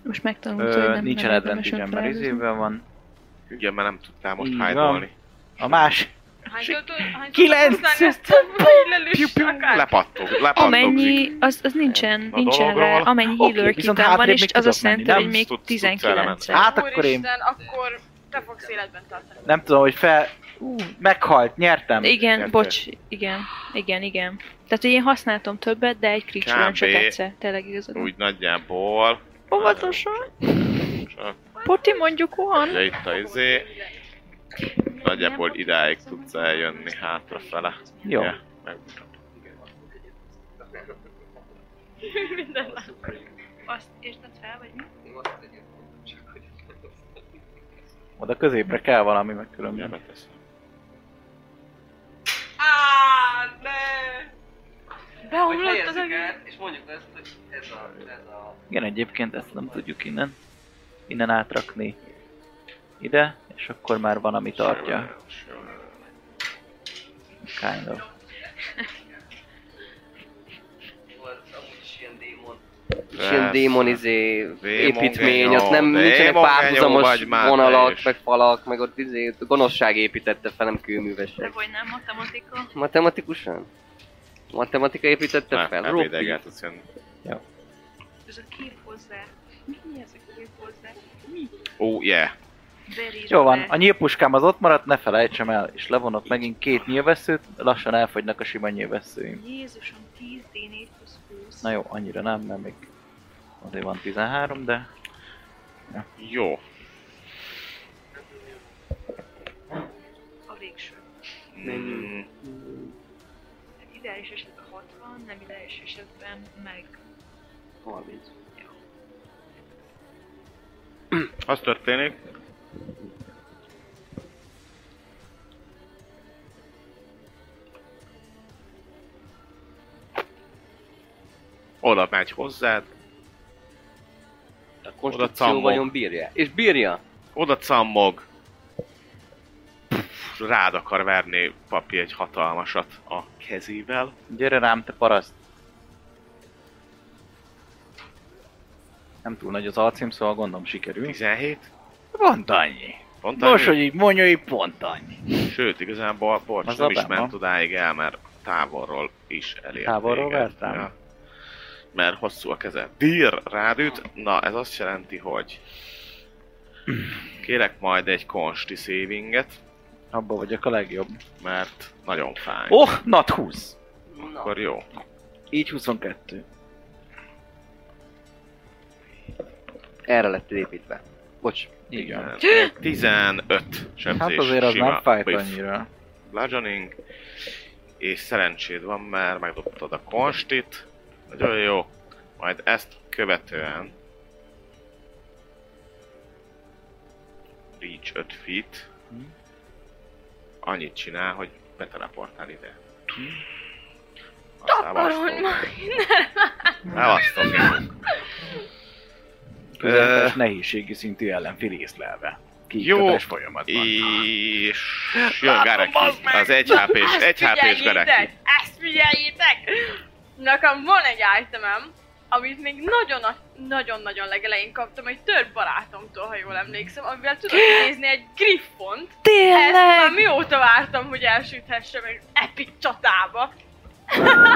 Most megtanultam, hogy
Ö,
nem
nincsen
nem érdemes
advantage mert
önfeláldozni.
izé,
izében van.
Ugye, mert nem tudtál most
Így
hájdolni.
A más...
hány tudod, hány
Kilenc!
tudod használni ezt a
Piu,
illelős
piu,
akár?
lepattog, lepattozik.
Amennyi, az, az nincsen,
A
nincsen rá,
dologról.
amennyi
Oké,
healer
viszont
kitem van,
hátrébb
és
még
az
tudok
azt jelenti,
menni,
hogy
nem?
még
Tudsz- tudsz
19
elemenni.
Hát akkor én
Úristen, akkor te fogsz életben tartani.
nem tudom, hogy fel... Ú, meghalt, nyertem.
Igen,
Érted?
bocs, igen, igen, igen. Tehát, hogy én használtam többet, de egy creature van csak
Kb.
egyszer, tényleg igazad. van.
Úgy nagyjából.
Óvatosan,
Csak
Poti mondjuk van.
ugye itt a izé, nagyjából idáig tudsz eljönni hátrafele.
Jó.
Ja, megmutatom.
Minden látom. Azt érted fel, vagy mi?
Oda középre kell valami, meg
Mindjárt
különben.
beteszem.
Á, ne!
hát
Beomlott az egész.
és mondjuk ezt, hogy ez a... Ez a...
Igen, egyébként ezt nem tudjuk innen. Innen átrakni. Ide, és akkor már van, ami tartja. Kind of.
Amúgy is ilyen démon. És
Persze.
ilyen démon izé
Démon
építmény,
genyó,
ott nem nincsenek
démon genyó
párhuzamos
vagy már te
vonalak,
is.
meg falak, meg ott izé gonoszság építette fel, nem
De
kőművesség.
vagy nem matematika.
Matematikusan? Matematika építette
Nem,
fel?
nem
Ropi.
ideget, az ilyen
ez a kép hozzá. Mi ez a kép hozzá? Mi?
Oh yeah.
Berírd
Jó van,
le.
a nyílpuskám az ott maradt, ne felejtsem el, és levonok megint két nyilvesszőt, lassan elfogynak a sima nyilvesszőim.
Jézusom, 10 D4 plusz 20.
Na jó, annyira nem, mert még azért van 13, de
Jó.
A végső.
Mm,
Hát ideális esetben 60, nem ideális esetben meg
30.
az történik. Oda megy hozzád,
A
cammog.
konstrukció vajon bírja? És bírja!
oda cammog, Pff, rád akar verni papi egy hatalmasat a kezével.
gyere rám, te paraszt! Nem túl nagy az alcím, szóval gondolom sikerül.
17.
Pont annyi.
Pont
Most,
annyi?
hogy így mondja, így pont annyi.
Sőt, igazából Borcs
Az
nem is
abban
ment
van.
odáig el, mert távolról is elért.
Távolról
téged.
vertem?
Ja. Mert hosszú a keze. Dír rád üt. Na, ez azt jelenti, hogy... Kérek majd egy konsti savinget,
Abba vagyok a legjobb.
mert nagyon fáj.
Oh, nat 20!
Na,
Akkor jó.
Így 22.
erre lett építve. Bocs,
Igen.
15 sebzés.
Hát azért az
sima
nem fájt
whiff.
annyira.
bludgeoning, és szerencséd van, mert megdobtad a konstit, nagyon jó, majd ezt követően reach 5 feet,
Hmm.
annyit csinál, hogy beteleportál ide.
Hmm.
Aztán
Taparodj
vastog.
majd!
Elvasztok.
Közepes nehézségi szintű ellenfél észlelve. Kiiktatás folyamatban.
És jön Gareki, az 1 HP-s,
Ezt
1 HP-s Gareki.
figyeljétek! Ezt figyeljétek! Nekem van egy itemem, amit még nagyon a- nagyon-nagyon legelején kaptam egy törp barátomtól, ha jól emlékszem, amivel tudok idézni egy griffont. Ezt már
Tényleg!
mióta vártam, hogy elsüthessem egy epic csatába.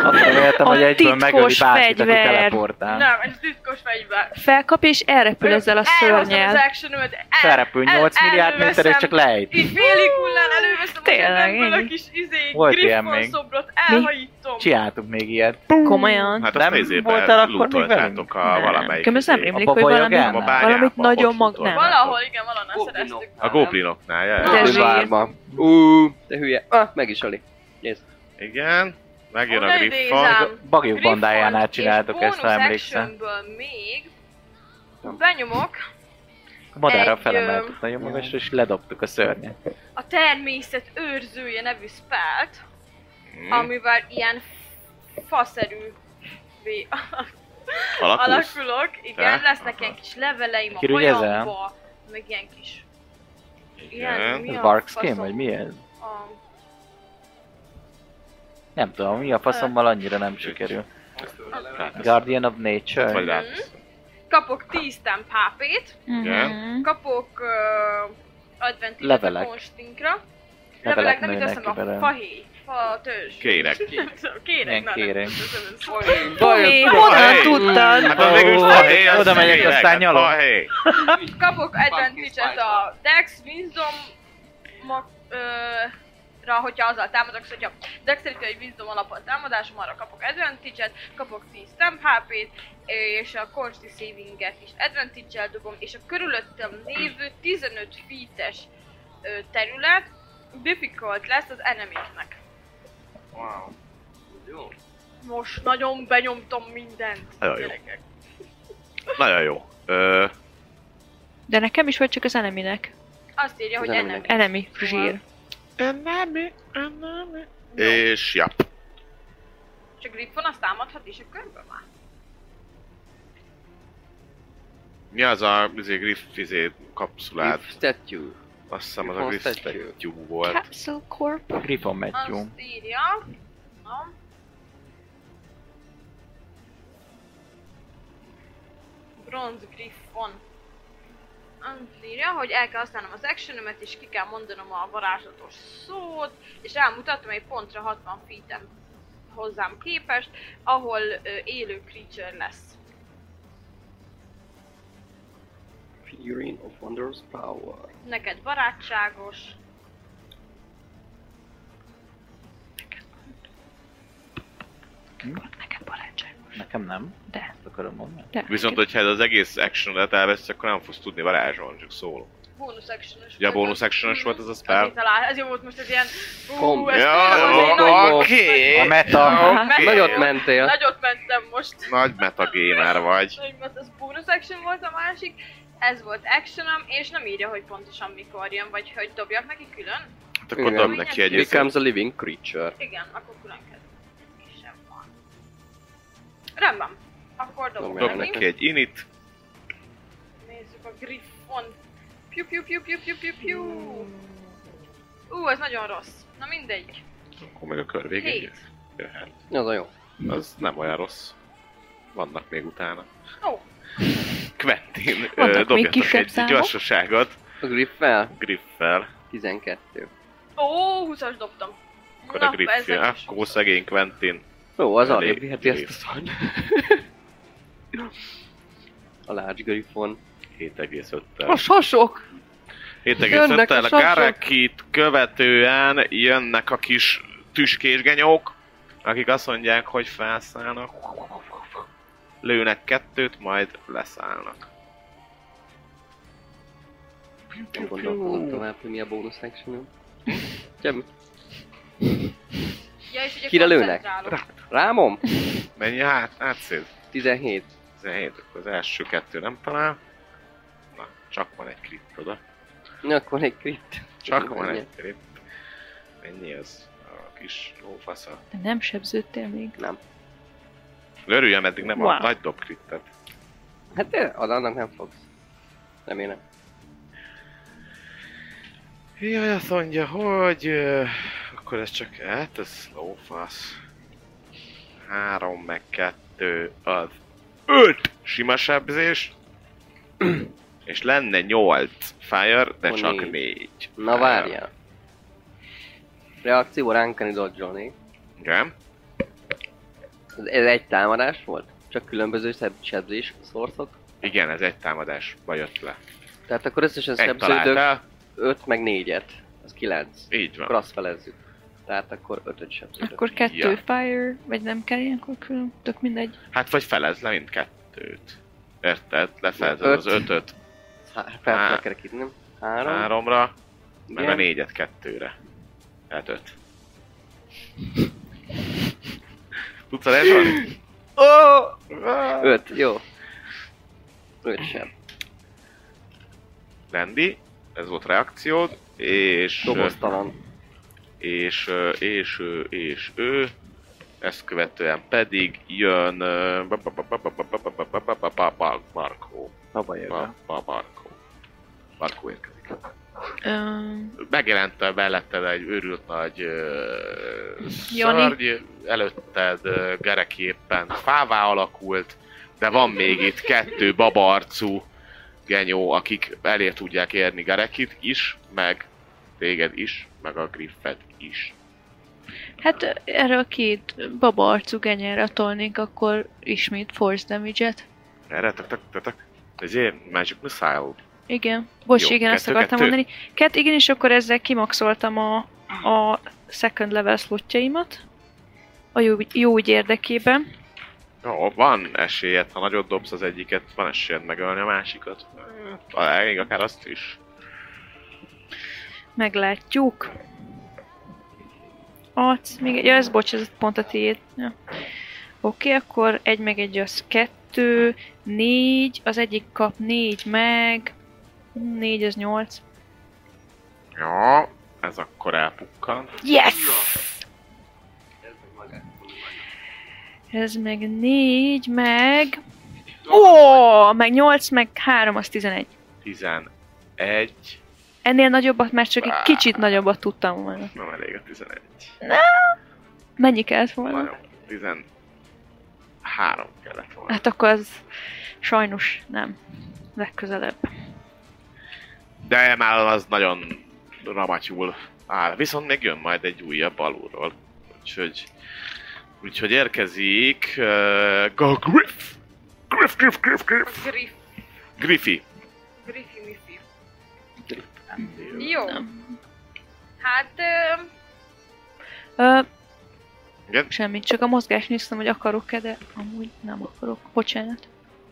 Azt reméltem, hogy
A
egyből
titkos
megöli bárkit, aki
fegyver.
teleportál.
Nem, ez titkos fegyver.
Felkapja és elrepül ezzel a
Elhozom az
szörnyel.
actionömet, el-
Felrepül
el-
8 milliárd
előveszem.
méterre, és csak lejt.
Így félig hullán előveszem
Tényleg,
a zsebemből a
ennyi.
kis izé,
Volt ilyen
griffon
még.
szobrot, elhajítom.
Csináltuk még ilyet.
Komolyan.
Hát azt
Nem
nézzél
voltál
be,
akkor még
lootoltátok a
Nem.
valamelyik.
Nekem ez nem
izé-
rémlik,
abba
hogy
bajog
valami,
el?
A bányába,
valamit
ott
nagyon mag...
tudod.
Nem.
Valahol, igen, valahol
Goblinok.
szereztük.
A goblinoknál, ja,
De
ja.
zsír.
Bulvárban. Ú, te hülye. Ah, meg is öli.
Igen. Megjön
Oda
a griffon.
idézem.
Bagyok
Griffon
bandájánál
Um, és
csináltuk ezt, ha
bonus
emlékszel.
actionből még benyomok
A Madárra
Egy, um,
felemeltük nagyon magasra, és ledobtuk a szörnyet.
a természet őrzője nevű spelt,
Hm,
amivel ilyen faszerű vé-
Alakulsz?
alakulok. Igen,
Te?
lesznek
Aha.
ilyen kis leveleim a
Kirügyezel?
hajamba, meg ilyen kis... Ilyen,
Igen.
mi
Ez
a
Barks
faszom?
game, vagy mi ez?
A
Nem tudom, mi a faszommal
Hát.
annyira nem sikerül. Guardian of
Vagy
Hm?
Nature.
rátesz.
Kapok 10 temp HP-t,
Mhm.
kapok uh, advantage a
Levelek.
konstinkra.
Levelek
Levelek nem
nőnek
hiszem
ki
a
belőle.
fahéj, fa törzs.
Kérek.
Nem tudom, Kérek,
Milyen
na,
kérek?
kérek.
Tomi, honnan
Hey!
tudtad?
Hát az végül is
Ó,
fahéj, az
oda megyek,
tényleg,
aztán
hát
nyalom.
fahéj.
Kapok advantage-et a Dex, Wisdom, mag, ö, ra, hogyha azzal támadok, szóval hogyha Dexterity vagy Wisdom alapon támadásom, arra kapok advantage-et, kapok 10 temp HP-t, és a Consti Saving-et is advantage-el dobom, és a körülöttem lévő 15 feet-es ö, terület difficult lesz az enemiknek.
Wow.
Most nagyon benyomtam mindent,
Nagyon jó.
gyerekek.
Nagyon jó. Ö,
De nekem is vagy csak az eneminek.
Azt írja, hogy
Az
enemy.
enemiknek.
Enemi zsír.
És ja.
És a Griffon azt támadhat is a körbe már.
Mi az a izé, griff izé, kapszulád?
If statue.
Azt hiszem az a
Griffon
griff
statue.
statue
Hát-
volt.
Capsule Corp.
Griffon Matthew.
Azt írja. Na. Bronz Griffon. Azt írja, hogy el kell használnom az actionömet, és ki kell mondanom a varázslatos szót, és elmutatom egy pontra 60 feet hozzám képest, ahol ö, élő creature lesz.
Urine of Wondrous Power.
Neked barátságos.
Neked barátságos.
Nekem nem.
De.
Ezt akarom mondani.
De.
Viszont, hogyha ez az egész action-et elvesz, akkor nem fogsz tudni varázsolni, csak szólok.
Bónusz action-os. Mm,
Ugye a bónusz action-ös volt ez a spell?
Azért talál- Ez jó volt most, ez ilyen... Ú,
Kom-
ez
Ja,
tényleg
jó,
az egy nagy-
oké.
A meta.
Oké.
Nagyot mentél.
Nagyot mentem most.
Nagy metagémer vagy.
Nagy- mert Ez bonus action volt a másik. Ez volt actionom, és nem írja, hogy pontosan mikor jön, vagy hogy dobjak neki külön.
Hát akkor
Igen.
dob neki egy észre.
Becomes a living creature.
Igen, akkor külön kell. És sem van. Rendben. Akkor dobok
Dobj
Dob
neki.
izé- neki egy init.
Nézzük a Griffon. Piu piu piu piu piu piu piu. Ú, ez nagyon rossz. Na mindegy.
Akkor meg a kör végén
Hét.
jöhet.
Az jó.
Az nem olyan rossz. Vannak még utána.
Ó.
Quentin, ö,
Vannak még
dobjatok
kisebb
egy
számok.
gyorsaságot
A griffel?
Griffel.
12.
Ó, 20-as dobtam.
Akkor a hát Griffel.
ezek is-
Akkor szegény Quentin.
Jó, az
Elég
arrébb viheti ezt
griff.
a szart. A large griffon.
7,5-tel.
A sasok! jönnek a
7,5-tel a
sasok.
Garakit követően jönnek a kis tüskésgenyók, akik azt mondják, hogy felszállnak. Lőnek kettőt, majd leszállnak.
Nem gondolkodom tovább, hogy mi a bónusz action Semmi.
Ja, és ugye
Kire lőnek?
koncentrálok.
Rámom?
Mennyi hát? Átszél?
17.
17, akkor az első kettő nem talál. Na, csak van egy crit oda.
Na, akkor egy crit.
Csak
Mennyi?
van egy crit. Mennyi az a kis lófasza?
De nem sebződtél még.
Örülj, ameddig nem wow.
Wow.
a nagy dob crittet.
Hát de, az annak nem fogsz. Remélem.
Jaj, azt mondja, hogy... ö, akkor ez csak... Hát ez lófasz. 3 meg 2 az 5 sima sebzés. És lenne 8 fire, de
Ó,
csak
négy.
4.
Na várjál. Reakció ránkani dodge
Igen.
Ez egy támadás volt? Csak különböző szeb- sebzés szorszok?
Igen, ez egy támadásba jött le.
Tehát akkor összesen
Egy
sebződök
találtál,
5 meg 4-et. Az 9.
így van.
Akkor azt felezzük. Tehát akkor 5-öt sebződök.
Akkor kettő
Ja.
fire, vagy nem kell ilyenkor külön, tök mindegy.
Hát vagy felez le mindkettőt. Érted? Lefelezed az
Öt.
ötöt
Há- Fel kell kerekítni, nem? 3.
háromra, meg a
Igen.
négyet kettőre. Tehát öt. Tudsz elérni? Ó!
5. Jó. 5 sem.
Rendi, ez volt reakciód, és...
Doboztalan.
és, ö, és ő, és ő, ezt követően pedig jön ö, ba- ba- ba- ba- ba- ba- ba- ba- ba- ba- ba- ba- ba- Barkó.
Abba jövő.
Ba- ba- Barkó. Barkó érkezik.
Öm,
Megjelent a melletted egy őrült nagy ö,
Jani.
szörny, előtted ö, Gerek éppen fává alakult, de van még itt kettő babarcú genyó, akik elér tudják érni Gerekit is, meg téged is, meg a Griffet is.
hát ö, erre a két baba arcú genyerre tolnék, akkor ismét force damage-et.
Erre, tak, tak, tak, tak. Ezért Magic Missile.
Igen. Bocs,
Jó,
igen, azt
kettő,
akartam
kettő.
mondani. Kett, igen, és akkor ezzel kimaxoltam a, a second level slotjaimat. A jó, jó ügy érdekében.
Jó, van esélyed, ha nagyot dobsz az egyiket, van esélyed megölni a másikat. Talán még akár azt is.
Meglátjuk. Adsz még egy, ja, ez bocs, ez pont a tiéd. Ja. Oké, akkor egy meg egy az kettő, négy, az egyik kap négy meg, négy az nyolc.
Jó, ez akkor elpukkan.
Yes! Ez meg négy, meg... Ó, meg nyolc, meg három, az tizenegy.
11.
Ennél nagyobbat már csak egy kicsit nagyobbat tudtam volna.
Nem elég a 11.
Mennyi kellett volna?
Nagyon. 13 kellett volna.
Hát akkor az sajnos nem. Legközelebb.
De emellett az nagyon ramatyul áll. Viszont még jön majd egy újabb alulról. Úgyhogy, úgyhogy érkezik uh, Go Griff! Griff, Griff, Griff, Griff!
Griff,
Griffy.
Griffin Jó. Hát... Ö,
Ö,
Igen?
semmit, csak a mozgás néztem, hogy akarok-e, de amúgy nem akarok. Bocsánat.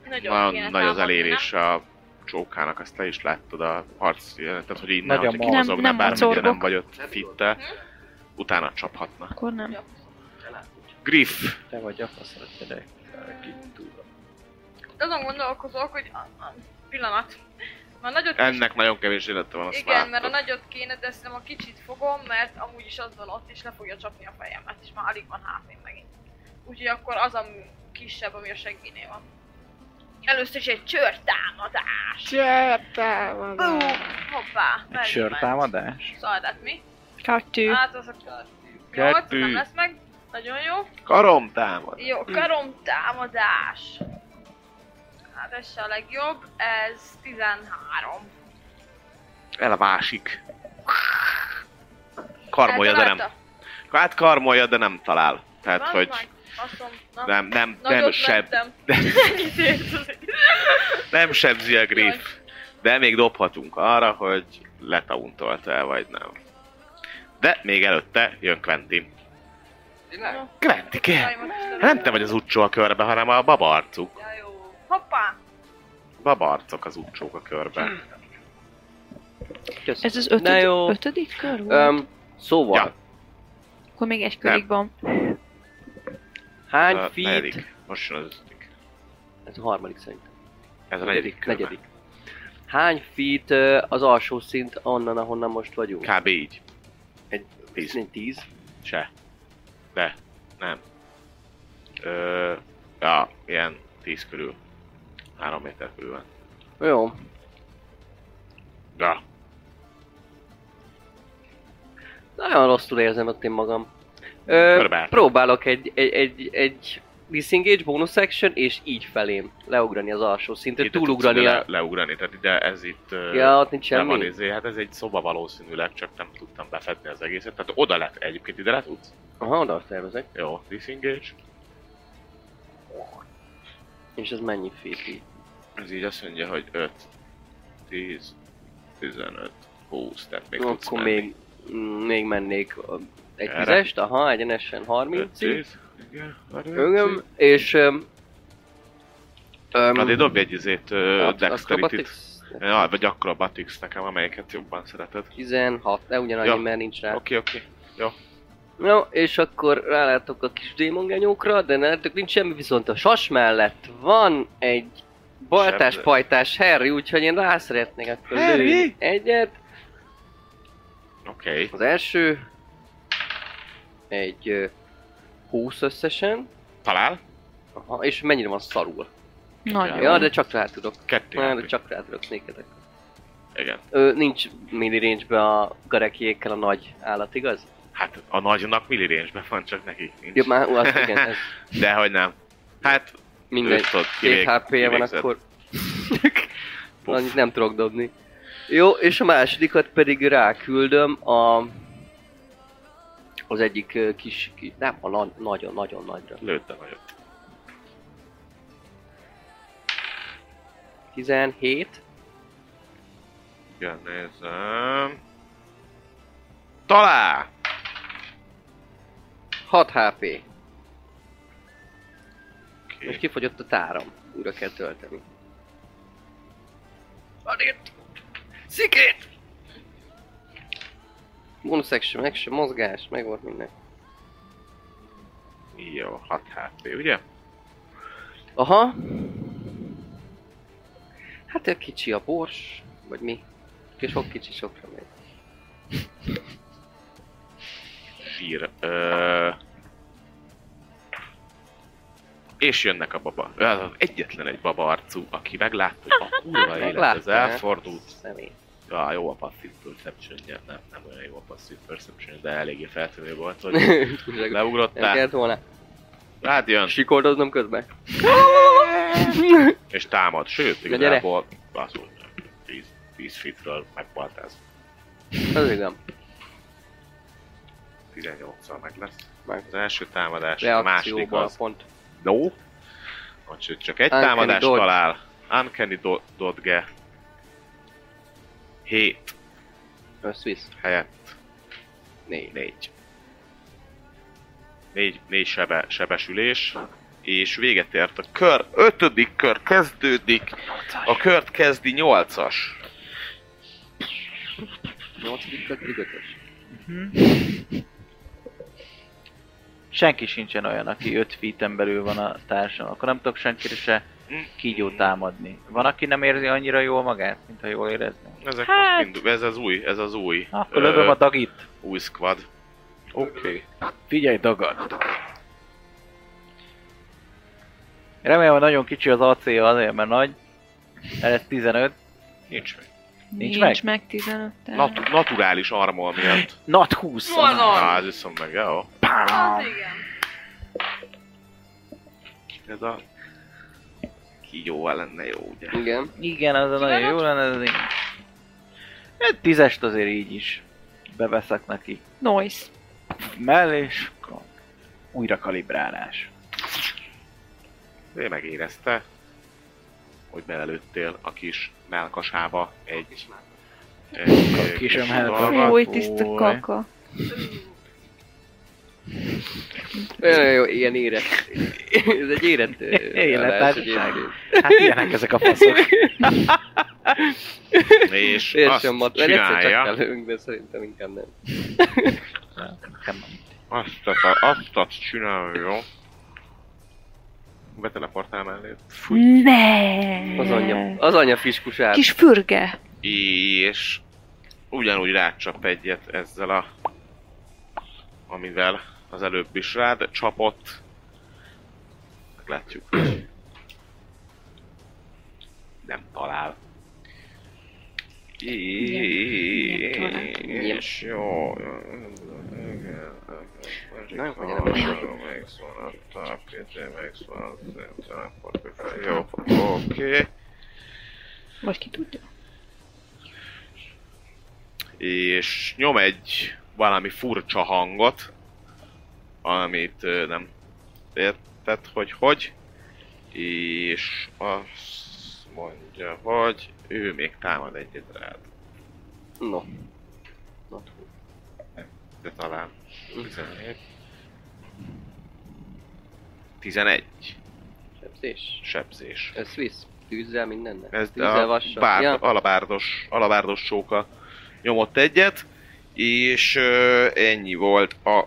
nagyon
Nagyon
kéne
nagy az
támadni,
elérés a csókának, azt le is láttad a harc jelenetet, hogy innen,
Nagy a
hogyha
mag.
kihozognál,
Nem- nem
bármennyire nem
mocorgok.
vagy ott fitte, utána csaphatna.
Akkor nem.
Jó.
Griff,
Te vagy a faszod, gyerek. Ki tudom.
nem? Hát Azon gondolkozok, hogy a, a pillanat. Már nagyot
ennek nagyon kevés élete van, azt
Igen, mert a
láttad.
nagyot kéne, de szerintem a kicsit fogom, mert amúgy is azzal ott is le fogja csapni a fejemet, és már alig van hátém megint. Úgyhogy akkor az a kisebb, ami a segginél van. Először is egy csörtámadás! Csörtámadás! Hoppá!
Egy sörtámadás?
Szaldát mi?
Kettő.
Hát az a kör.
Kettő.
nem lesz meg. Nagyon jó.
Karom támad.
Jó, karomtámadás. Hát ez se a legjobb, ez 13.
Elvásik. Karmolja, de
Eltalálta?
nem. Hát karmolja, de nem talál. Tehát,
Bazd
Hát, hogy
meg, faszom, na.
nem, nem, nem,
Nagyot
seb,
mentem.
nem sebzi a griff. De még dobhatunk arra, hogy letauntolta el, vagy nem. De még előtte jön Quentin.
Tényleg?
Quentin,
Jaj,
kell!
most is
Nem te vagy az utcsó a körbe, hanem a babarcuk.
Ja, jó. Hoppá!
Babarcok az utcsók a körbe.
Ez az
Na
ötödik,
jó.
ötödik kör volt?
Öm, szóval,
Ja.
Akkor még egy körig
nem.
van.
hány
A
feet?
negyedik. Most jön az ötödik.
Ez a harmadik szerintem.
Ez a negyedik kör.
negyedik. Hány feet ö, az alsó szint onnan, ahonnan most vagyunk?
Kb. így.
Egy
Tíz.
Tíz. tíz.
Se. De. Nem. Ö, ja, ilyen 10 körül. 3 méter körül van.
Jó.
Ja.
Nagyon rosszul érzem ott én magam. Ö,
Körbeállt.
próbálok egy, egy, egy, egy disengage bonus action, és így felém leugrani az alsó szintre,
Ide tudsz
túlugrani
ide
a...
le, leugrani, tehát ide ez itt ö,
Ja, ott nincs
le van
semmi.
izé, hát ez egy szoba valószínűleg, csak nem tudtam befedni az egészet. Tehát oda lett, egyébként ide le tudsz?
Aha, oda tervezek.
Jó, disengage.
És ez mennyi feet így?
Ez így azt mondja, hogy 5, 10, 15, 20, tehát még tudsz
Akkor
menni.
még, mm, még mennék ö, egy
Erre?
tízest, aha, egyenesen
5,
30
10, igen, 30.
Ögöm, és... öm, öm,
Na, de dobj Hát egy izét, ö,
ak-
dexterity-t.
acrobatics?
Ja, vagy acrobatics nekem, amelyiket jobban szereted.
16, de ugyanannyi,
Ja.
mert nincs rá.
Oké, oké.
No, és akkor rálátok a kis démongenyókra, de nálatok nincs semmi, viszont a sas mellett van egy baltás-pajtás Harry, úgyhogy én rá szeretnék akkor lőni egyet.
Oké.
Az első egy ö, 20 összesen,
Talál?
aha, és mennyire van szarul.
Nagyon.
Ja, de csak rá tudok.
Kettő.
Ja, de
HP.
csak rá tudok sneakedek.
Igen.
Ö, nincs mini range a garekiékkel a nagy állat, igaz?
Hát a nagynak milli range van, csak nekik nincs.
Jó, már ú, az igen, ez
De hogy nem. Hát,
minden.
őt tudod,
Két
kivég-
HP-je van,
kivégzed.
akkor
Puff.
annyit nem tudok dobni. Jó, és a másodikat pedig ráküldöm a... Az egyik ö, kis, kis nem, a na- nagyon, nagyon nagyra.
Lőtt de nagyot.
17.
Igen, nézem. Talál!
6 HP.
Oké.
Most kifogyott a táram. Újra kell tölteni. Van itt! Szikét! Bonus action, action, mozgás, meg volt minden.
Jó, 6 HP, ugye?
Aha. Hát egy kicsi a bors, vagy mi? És sok kicsi sokra megy.
Zsír. Ö... És jönnek a baba. Ez az egyetlen egy baba arcú, aki meglátta, hogy a
hát
kurva élet, ez
Meglátta,
elfordult.
Személy.
Ah, jó a passive perception -je. nem, nem olyan jó a passive perception de eléggé feltűnő volt, hogy
Nem
leugrottál.
kellett volna.
Hát jön,
Sikoldoznom közben.
és támad. Sőt,
gyere.
igazából az úgy, 10, 10 fitről megbaltáz.
Az igaz.
18-szal meg lesz.
Meg.
Az első támadás, a második
Reakcióban
az
pont.
No. Úgyhogy csak egy
Uncanny
támadást
dodge.
talál. Uncanny do- dodge. 7
Összvisz?
helyett
Négy.
4. 4, 4 sebe, sebesülés, és véget ért a kör. Ötödik kör kezdődik, a kört kezdi 8-as.
Nyolcadik pedig ötös.
Senki sincsen olyan, aki 5 feet belül van a társam, akkor nem tudok senkire se kígyó támadni. Van, aki nem érzi annyira jól magát, mintha jól érezné?
Ezek
Hát.
most mind, ez az új, ez az új,
Na, Akkor lövöm a dagit.
új squad. Oké. Okay.
Figyelj, dagad! Remélem, hogy nagyon kicsi az ac -ja, azért, mert nagy. Mert Ez 15.
Nincs meg.
Nincs
Nincs meg 15
Nat- naturális armor miatt.
Nat 20!
Na,
Mondom!
ez viszont meg, jó.
Az igen.
Ez a kígyóval lenne jó, ugye?
Igen.
Igen, az a nagyon jó lenne, ez így. Egy tízest azért így is beveszek neki.
Noise.
Mellé, és akkor újra kalibrálás.
Ő megérezte, hogy belelőttél a kis melkasába egy... egy
A kis emelka.
dolgot.
Fúj, tiszta
fúj.
kaka.
Olyan jó, ilyen érett. Ez egy érett... ö, állás
Élettársaság.
egyébként.
Hát ilyenek ezek a faszok.
És
Én
azt
sem mat, vagy egyszer csak
csinálja,
előnk, de szerintem inkább nem.
azt, azt, azt, azt csinálja, jó? Beteleportál mellé. Fúj.
Ne!
Az anyja, az anyja fiskusát.
Kis fürge.
És ugyanúgy rácsap egyet ezzel a... Amivel az előbb is rád csapott. Meglátjuk. Nem talál.
Nem talál.
És jó.
Nem, hogy nem
Jó, oké.
Vagy ki tudja?
és nyom egy valami furcsa hangot, amit ö, nem érted, hogy hogy, és azt mondja, hogy ő még támad egyet rád,
No.
de talán 11. 11
Sebzés.
sebzés.
Ez visz. Tűzzel mindennel.
Ez
Tűzzel
a
vassal.
bárd,
Ja.
alabárdos, alabárdos csóka nyomott egyet, és ö, ennyi volt a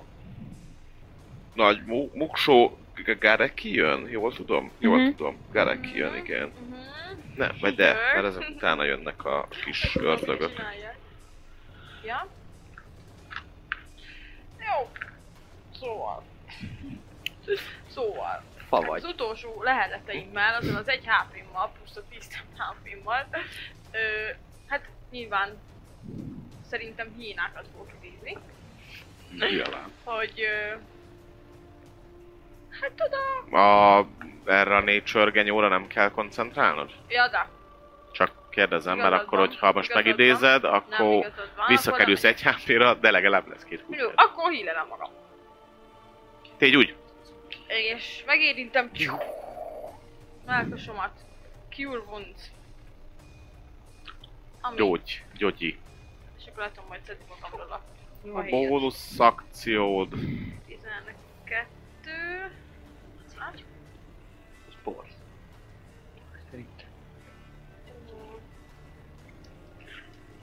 nagy mu- muksó. G- Gareki jön? Jól tudom? Jól
Mhm.
tudom. Gareki jön, igen.
Mhm.
Nem, vagy de,
Sure.
mert ezek utána jönnek a kis ördögök.
Csinálja. Ja. Jó. Szóval. Szóval.
Fa
Az
vagy.
utolsó leheleteimmel, azon az egy HP-mmal, plusz a 10 HP-mmal, ö, hát nyilván szerintem hínákat fogok idézni,
Nyilván.
hogy ö, hát oda,
A, erre a nature genyóra nem kell koncentrálnod?
ja, de
Csak kérdezem, mert
Igazad
akkor,
van.
hogyha most
Igazad van.
megidézed,
nem
akkor
igazad van,
visszakerülsz egy HP-ra, de legalább lesz két
akkor, nem,
húzat.
akkor hílelem magam.
Tégy úgy?
És megérintem melkasomat. Cure Wounds. Ami,
Gyógy. Gyógyi.
És akkor látom, majd szedni magamról a
A
fehér.
bónusz akciód.
12... Ez nagy?
Ez borz.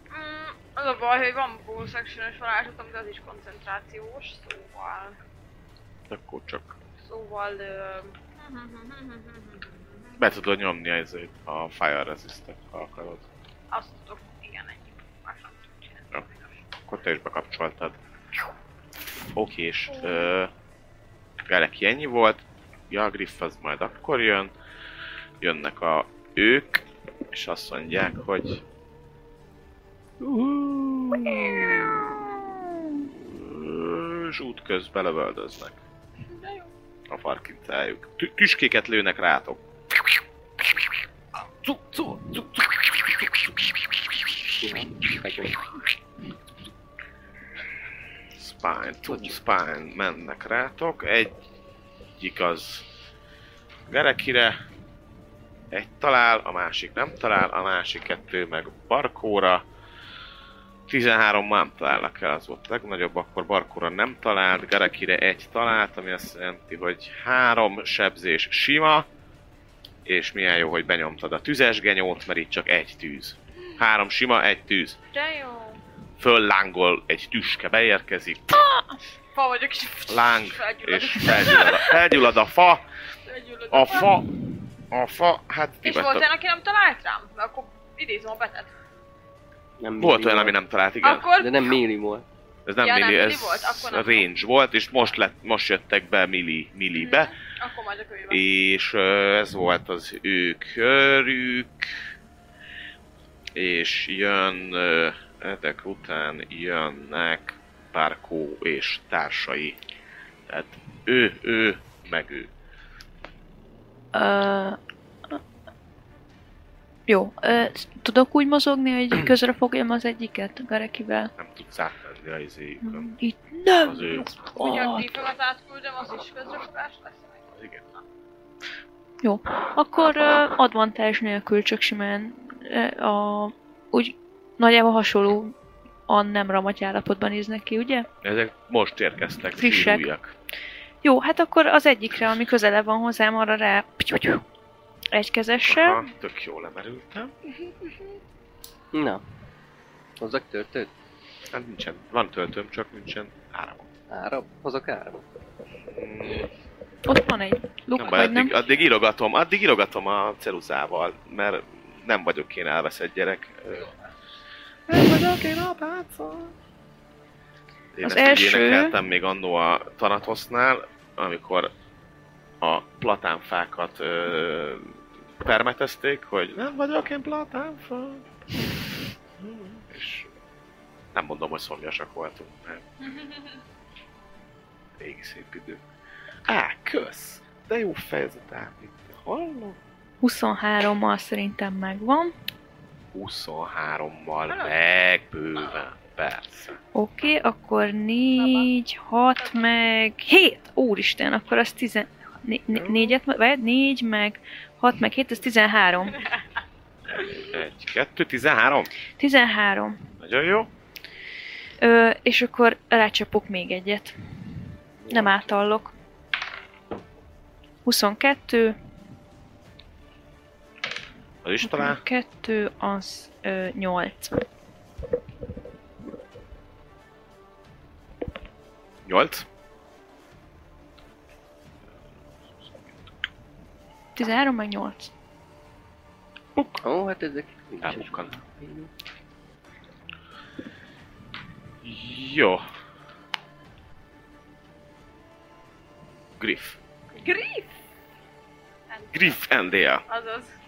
Mm, az a baj, hogy van bonus action-ös varázslat, amit az is koncentrációs, szóval...
Akkor csak
Szóval... Ö...
be tudod nyomni ezért a Fire Resist-et, ha akarod.
Azt tudok, igen, ennyi. Más nem tudok
Ja.
csinálni.
Akkor te is bekapcsoltad. Oké, és ö, Gareki ennyi volt. Ja, a Griff az majd akkor jön. Jönnek a ők, és azt mondják, hogy... Uhuh! És útközben lövöldöznek.
De jó.
a farkintájuk. Tü- Tüskéket lőnek rátok. Spine, to spine mennek rátok. Egyik az Gerekire, egy talál, a másik nem talál, a másik kettő meg Barkóra. 13 nem találnak el, az volt a legnagyobb, akkor Barkóra nem talált, Garekire egy talált, ami azt jelenti, hogy három sebzés sima, és milyen jó, hogy benyomtad a tüzes genyót, mert itt csak egy tűz. Három sima, egy tűz.
De jó.
Föllángol, egy tüske beérkezik,
Fa vagyok, és
láng,
felgyullad.
és felgyullad, a- felgyullad a fa,
Felgyullad
a fa, a fa, hát ti
És
vagytok.
volt olyan, aki nem talált rám? Mert akkor idézem a betet.
Nem
Volt
milli
olyan, ami
volt.
nem talált, igen.
Akkor...
De nem Milli volt.
Ez nem
Ja, nem,
milli,
milli
ez
volt, akkor nem.
range volt, és most, lett, most jöttek be milli, millibe.
Akkor majd a könyvben.
és ö, ez volt az ő körük, és jön, ö, ezek után jönnek Parkó és társai. Tehát ő, ő, meg ő.
Ö, jó, ö, tudok úgy mozogni, hogy közre fogjam az egyiket Garekivel?
Nem tudsz átmenni a
Mhm.
izéjükön.
Itt nem!
Az ő.
Ugye a
Ott.
típemet átküldöm, az is közrefogás lesz.
Az igen.
Akkor uh, advantage nélkül csak simán uh, a, úgy nagyjából hasonló a nem ramagy állapotban néznek ki, ugye?
Ezek most érkeztek,
Frissek.
zsírújak.
Jó, hát akkor az egyikre, ami közele van hozzám, arra rá egykezessel.
Aha, tök jól lemerültem.
Na. Hozzak töltőt?
Hát nincsen, van töltőm, csak nincsen áramom.
Áram? Hozok áram?
Mm.
Ott van egy luk,
Nem baj,
vagy nem?
addig, addig, írogatom, addig írogatom a ceruzával, mert nem vagyok én elveszett gyerek. Ö, Nem vagyok én apáca. Én
Az
ezt első...
első-
énekeltem még annó a Thanatosnál, amikor a platánfákat ö, permetezték, hogy nem vagyok én platánfa. És nem mondom, hogy szomjasak voltunk, mert régi szép idő. Á, kösz! De jó fejezet állít. Hallom?
23-mal szerintem megvan.
23-mal
Hát-
meg, bőven, persze.
Oké, okay, akkor 4, 6, meg 7! Úristen, akkor az 10... 4-et, vagy 4, meg 6, meg 7, ez 13.
1, 2, 13.
13.
Nagyon jó.
Ö, és akkor rácsapok még egyet. Nem átallok. 22,
Az is talán.
2, az ö, 8.
8.
13 meg 8.
Ó, hát ezek nincsenek.
Elbukkant. Jó. Griff.
Griff! Hát,
Griff Endél.
Azaz.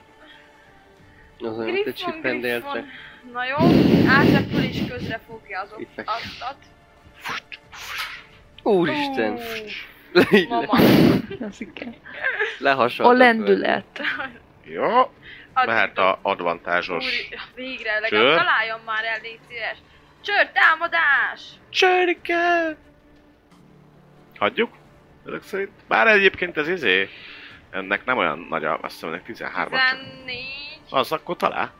Az olyan, hogy
Griffon,
csipendeltek.
Griffon. Na jó, átrepül és közre fogja azok.
Itt meg.
Aztat.
Úristen!
Ú,
Így le-
Mama.
Az igen. A
Lehasaltak.
lendület.
Jó.
Addig-
Mehet a advantázsos.
Úri, végre, legalább
Csör.
találjon már el, légy szíves. Csör, támadás!
Csörke! Hagyjuk? Ezek szerint? Bár egyébként ez izé, ennek nem olyan nagy a, azt hiszem, ennek 13 csak.
14.
Az akkor talál.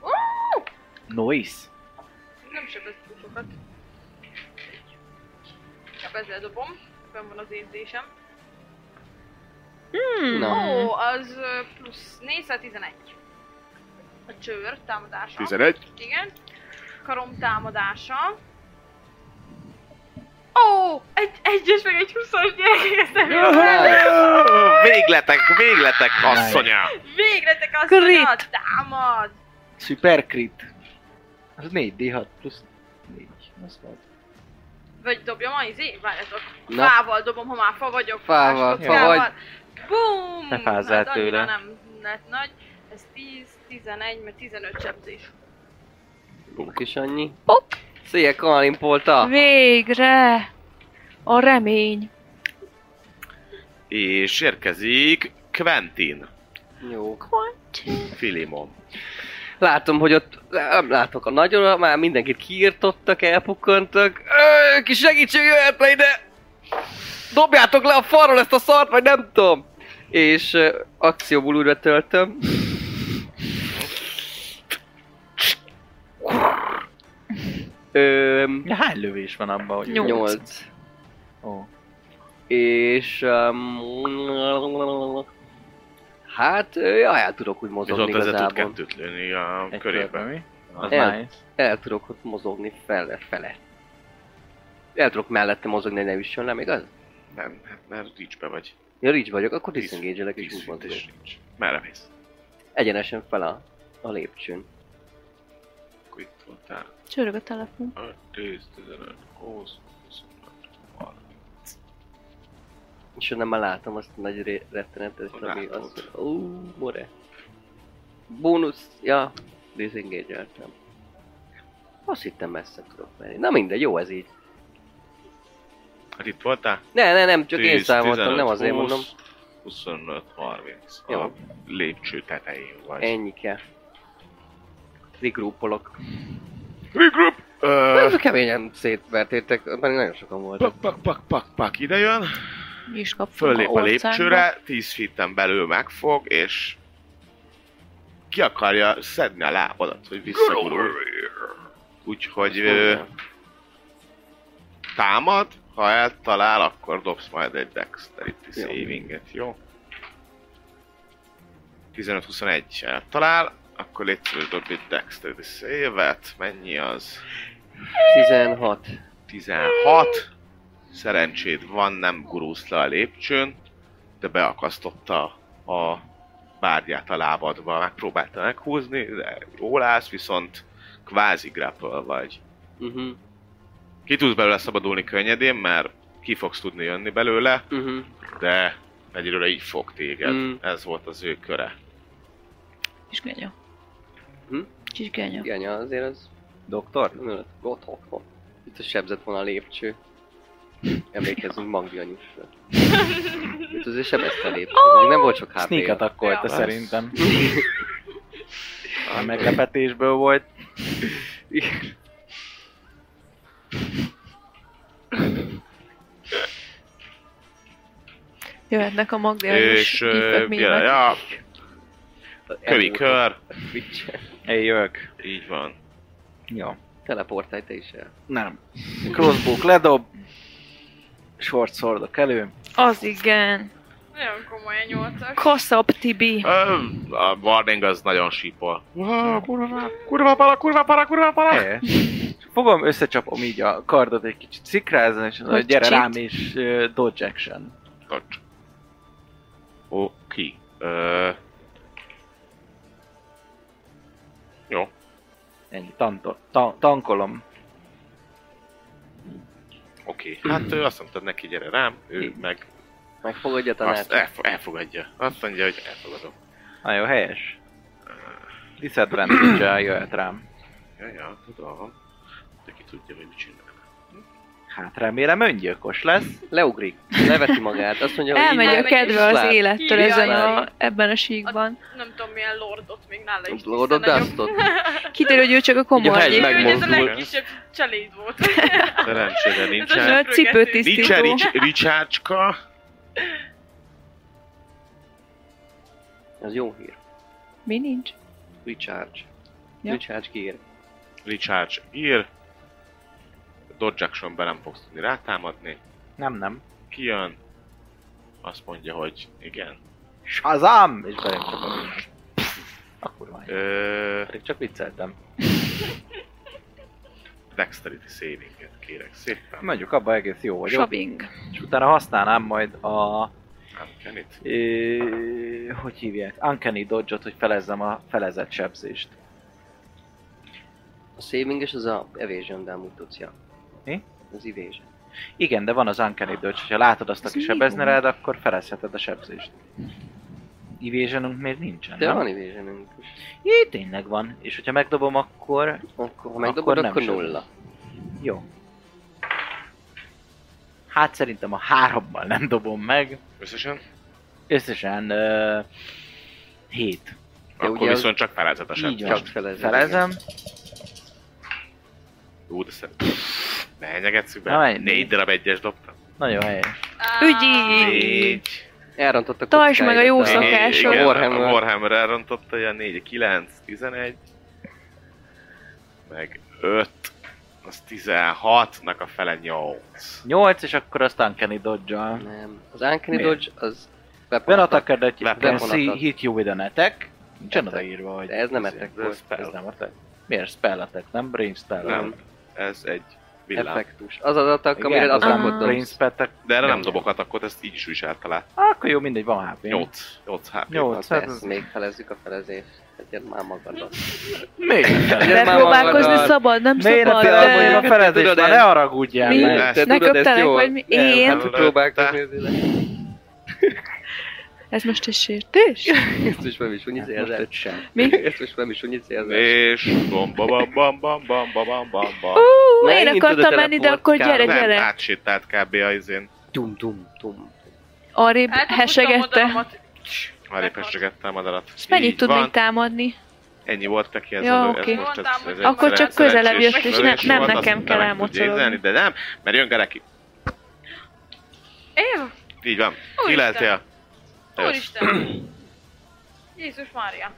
Noise.
Nem sebez túl sokat. Csak ezzel dobom. Fönn van az érzésem. Ó,
Na.
az ö, plusz 4 szóval 11. A csőr támadása.
11.
Igen. Karom támadása. Ó, egy, egyes meg egy 20-as gyerek, ezt nem jön
hát.
fel.
Végletek, végletek, asszonya!
Végre te
Crit.
kasszonyat támad.
Super crit. Az 4D6 plusz 4. Az volt.
Vagy dobjam a izé? Várjatok.
Na.
Fával dobom, ha már fa vagyok.
Fával,
fás
fa
kockával.
vagy.
Bum!
Ne fázzál
Hát annyira
tőle.
nem lett nagy. Ez 10, 11, meg 15 sebzés.
Ó, Kis annyi.
Hopp.
Szia, Kalimpolta!
Végre! A remény.
És érkezik Quentin,
Jó.
Filimon.
Látom, hogy ott nem látok a nagyra, már mindenkit kiirtottak, elpukkantak. Ö, Ki segítség jöhetne ide! Dobjátok le a falról ezt a szart, vagy nem tudom! És ö, akcióból újra töltöm. Öm,
Ja, hány lövés van abban, hogy...
Nyolc.
8.
Ó.
És... Um, hát, ö, ja, el tudok úgy
És
mozogni
ott ezzel tud
igazából.
kettőt lőni a
Egy körben
körében.
mi? Az
El.
nice.
El tudok ott mozogni fele, fele. El tudok mellette mozogni, hogy ne üssön le, még az?
Nem, hát mert reachbe vagy.
Ja, reach vagyok, akkor
Tíz-
disengage-elek és
tíz
úgy
feet
mozgok.
és reach. Merre mész?
Egyenesen fel a, a lépcsőn.
Akkor itt voltál.
Csörög a telefon.
5, 10, 15, 20, 25, 30.
És onnan már látom azt a nagy ré- rettenetes,
Hogy
ami
látod?
az... Ó, more. Bónusz, ja, disengage-eltem. Azt hittem messze tudok menni. Na mindegy, jó ez így.
Hát itt voltál?
Ne, ne, nem, csak én
10,
számoltam,
15,
nem azért
20,
mondom.
25, 30.
Jó.
A lépcső tetején vagy.
Ennyi kell. Regroupolok.
Regroup! Ö,
Ez keményen szétvertétek, pedig nagyon sokan voltak.
Pak, pak, pak, pak, pak, ide jön.
Mi is kaptunk
Föllép a
orcánkba.
lépcsőre, 10 fitten belül megfog, és ki akarja szedni a lábadat, hogy visszagurul. Úgyhogy ö, támad, ha eltalál, akkor dobsz majd egy dexterity
Jó.
savinget, jó? 15-21 eltalál, akkor légy szíves, dobj egy dexterity save-et, mennyi az?
16.
16. Szerencséd van, nem gurulsz le a lépcsőn, de beakasztotta a bárgyát a lábadba. Megpróbálta meghúzni, de jól állsz, viszont kvázi grapple vagy.
Mhm,
Ki tudsz belőle szabadulni könnyedén, mert ki fogsz tudni jönni belőle,
mhm.
de egyről így fog téged.
Mm.
Mm. Ez volt az ő köre.
Kisgenya.
Hm?
Kisgenya.
Igen, ja, azért az...
Doktor?
Ott, ott, ott. Itt a sebzett volna a lépcső. Emlékezzünk Magdi anyusra. Itt azért sebezte a lépcső, még nem volt sok
Sneak
hp
attack volt,
Ja.
szerintem. A meglepetésből volt.
Jöhetnek a magdiányos
És ö, jön, ja, kövi kör,
Én jövök.
így van.
Jó.
Teleportálj te is el.
Nem. Crossbow ledob. Short swordok elő.
Az igen.
Nagyon komoly a nyolcas.
Kaszabb Tibi.
Ö, a warning az nagyon sípol. Wow, kurva, kurva para, kurva para, kurva para.
Helyes. Fogom, összecsapom így a kardot egy kicsit szikrázom, és mondom,
Hogy
hogy gyere
kicsit?
rám, és uh, dodge action.
Tacs. Oké. Ö, Jó.
Ennyi, tanto, ta, tankolom.
Oké. Hát ő azt mondta neki, gyere rám, ő meg
Megfogadja
azt
tanácsot.
elf- elfogadja. Azt mondja, hogy elfogadom.
Na jó, helyes. Disadvantage-el jöhet rám.
Ja, ja, tudom. De ki tudja, hogy mit csinál.
Hát remélem öngyilkos lesz.
Leugrik, leveti magát, azt mondja, hogy
Elmegy
így
a
elmegy
kedve
és
az
lát.
élettől
Így
ezen
jaj.
a, ebben a síkban.
Nem tudom milyen lordot még nála is.
Lord of
tiszta
Dustot?
Kiderül, hogy ő csak a komoly.
hegy
nagyobb. Ő, hogy ez a
Megmozdul.
legkisebb csaléd volt.
Szerencsére nincsen.
A cipőtisztító.
Nincsen rics- ricsácska.
Az jó hír.
Mi nincs?
Recharge.
Ja.
Recharge gear.
Recharge ír. Dodge actionben nem fogsz tudni rátámadni.
Nem, nem.
Kijön. Azt mondja, hogy igen.
Shazam! És belém csapom. A kurva. anyja.
Ö,
Pedig csak vicceltem.
dexterity savinget kérek szépen.
Mondjuk abban egész jó vagyok.
Shopping.
És utána használnám majd a
Nem kell itt.
Ö, hogy hívják, Uncanny dodge hogy felezzem a felezett sebzést.
A saving és az a evasion dámutócia.
Mi?
Az evasion.
Igen, de van az Uncanny dodge, hogyha látod azt, aki
Ez
sebezne
mi?
rád, akkor felezheted a sebzést. Evasionunk még nincsen,
De
nem?
van evasionünk is.
Jé, tényleg van. És hogyha megdobom, akkor...
Akkor, ha megdobod,
nem
akkor
sebez.
nulla.
Jó. Hát szerintem a hárommal nem dobom meg.
Összesen?
Összesen... Ö, hét.
De
Akkor
ugye az-
viszont csak felázatosan.
Így van.
Csak felezed.
Felezem.
Ú, de szerintem... Ne nyegetsz
Na,
be.
menj.
Négy darab egyes dobtam.
Nagyon helyes.
Ügyi!
Négy.
Elrontott a
Tartsd meg a jó
kockáidat.
szokás.
Igen, a
Szokások.
Warhammer.
Warhammer elrontotta, ilyen négy, kilenc, tizenegy. Meg öt. az 16-nak a fele 8.
8, és akkor azt Uncanny dodge
Nem. Az Uncanny
Miért?
Dodge az... weapon
When
attack.
attacked that you
Weapon
can see
attack.
hit you with an attack. Nincsen
Attack.
odaírva, hogy...
De ez nem
izé,
attack
ez
volt.
spell, Ez nem attack. Miért spell attack, nem brain spell
Nem, ez egy villám.
Effektus. Az az attack,
Igen,
amire
az nem
attackot
attackot
dobsz.
brain
dobsz.
spell attack.
De erre nem
Nem.
dobok atakot, ezt így is úgy is eltalált.
Akkor jó, mindegy, van HP.
8. 8 HP.
Nyolc.
Na,
Hát
persze,
ez-
még felezzük a felezést. Tegyen már magadat.
Még
Ugye
De
már
próbálkozni
magad.
szabad, nem
Miért a
szabad.
felelmény a
de-
felezés?
Tudod
Már
ezt?
ne haragudjál
Mi?
meg.
Te
Ne
tudod ezt
köptelek,
jól?
vagy mi?
Nem,
Én?
Hát próbálkozni.
Ez most egy sértés?
Ezt is nem is unyi célzás.
sem.
Mi?
Hát Ezt most nem is unyi célzás.
És bam bam bam bam bam bam bam bam bam bam.
Ú,
Na,
én
ennyit
akartam
tudod
menni, de
teleport,
akkor
Kár.
gyere,
Nem, hát-
gyere.
átsétált kb. a izén.
Tum, tum, tum.
Arrébb
Eltudtam
hesegette.
oldalamat.
Már épp segette a madarat.
És mennyit
Így
tud
van.
még támadni?
Ennyi volt neki ez,
Ja,
ja,
oké.
okay. ez most ez, ez egy
Akkor csak
szerencsés
közelebb jött,
és
lövés
nem- nem
volt, azt
nekem
hittem,
kell
meg
elmocorogni.
tudja érzelni, De nem, mert jön Gareki.
Én?
Így van.
Úristen.
Ki leltél?
Úristen. Jézus Mária.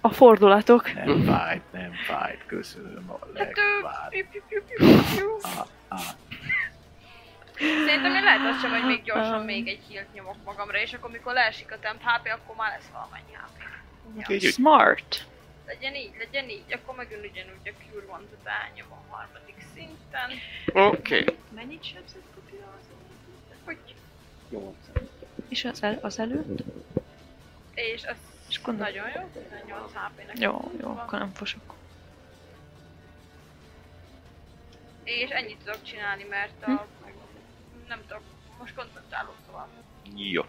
A fordulatok.
Nem fight, nem fight, köszönöm a
Hát ő...
legvárt.
piu, piu, piu, piu, piu.
Ah, ah.
Szerintem én lehet azt sem, hogy még gyorsan még egy hílt nyomok magamra, és akkor mikor leesik a temp HP, akkor már lesz valamennyi HP. Ja.
Így, úgy.
Smart.
Legyen így, legyen így, akkor megint ugyanúgy a Cure van, tehát elnyomom harmadik szinten.
Oké.
Mennyit sebzett kapja az? Hogy?
És az, el, az előtt?
És az
És gondolom-
nagyon jó, 18 HP-nek.
Jó, jó, akkor nem fosok.
És ennyit tudok csinálni, mert a... Nem tudok, most koncentrálok tovább.
Jó.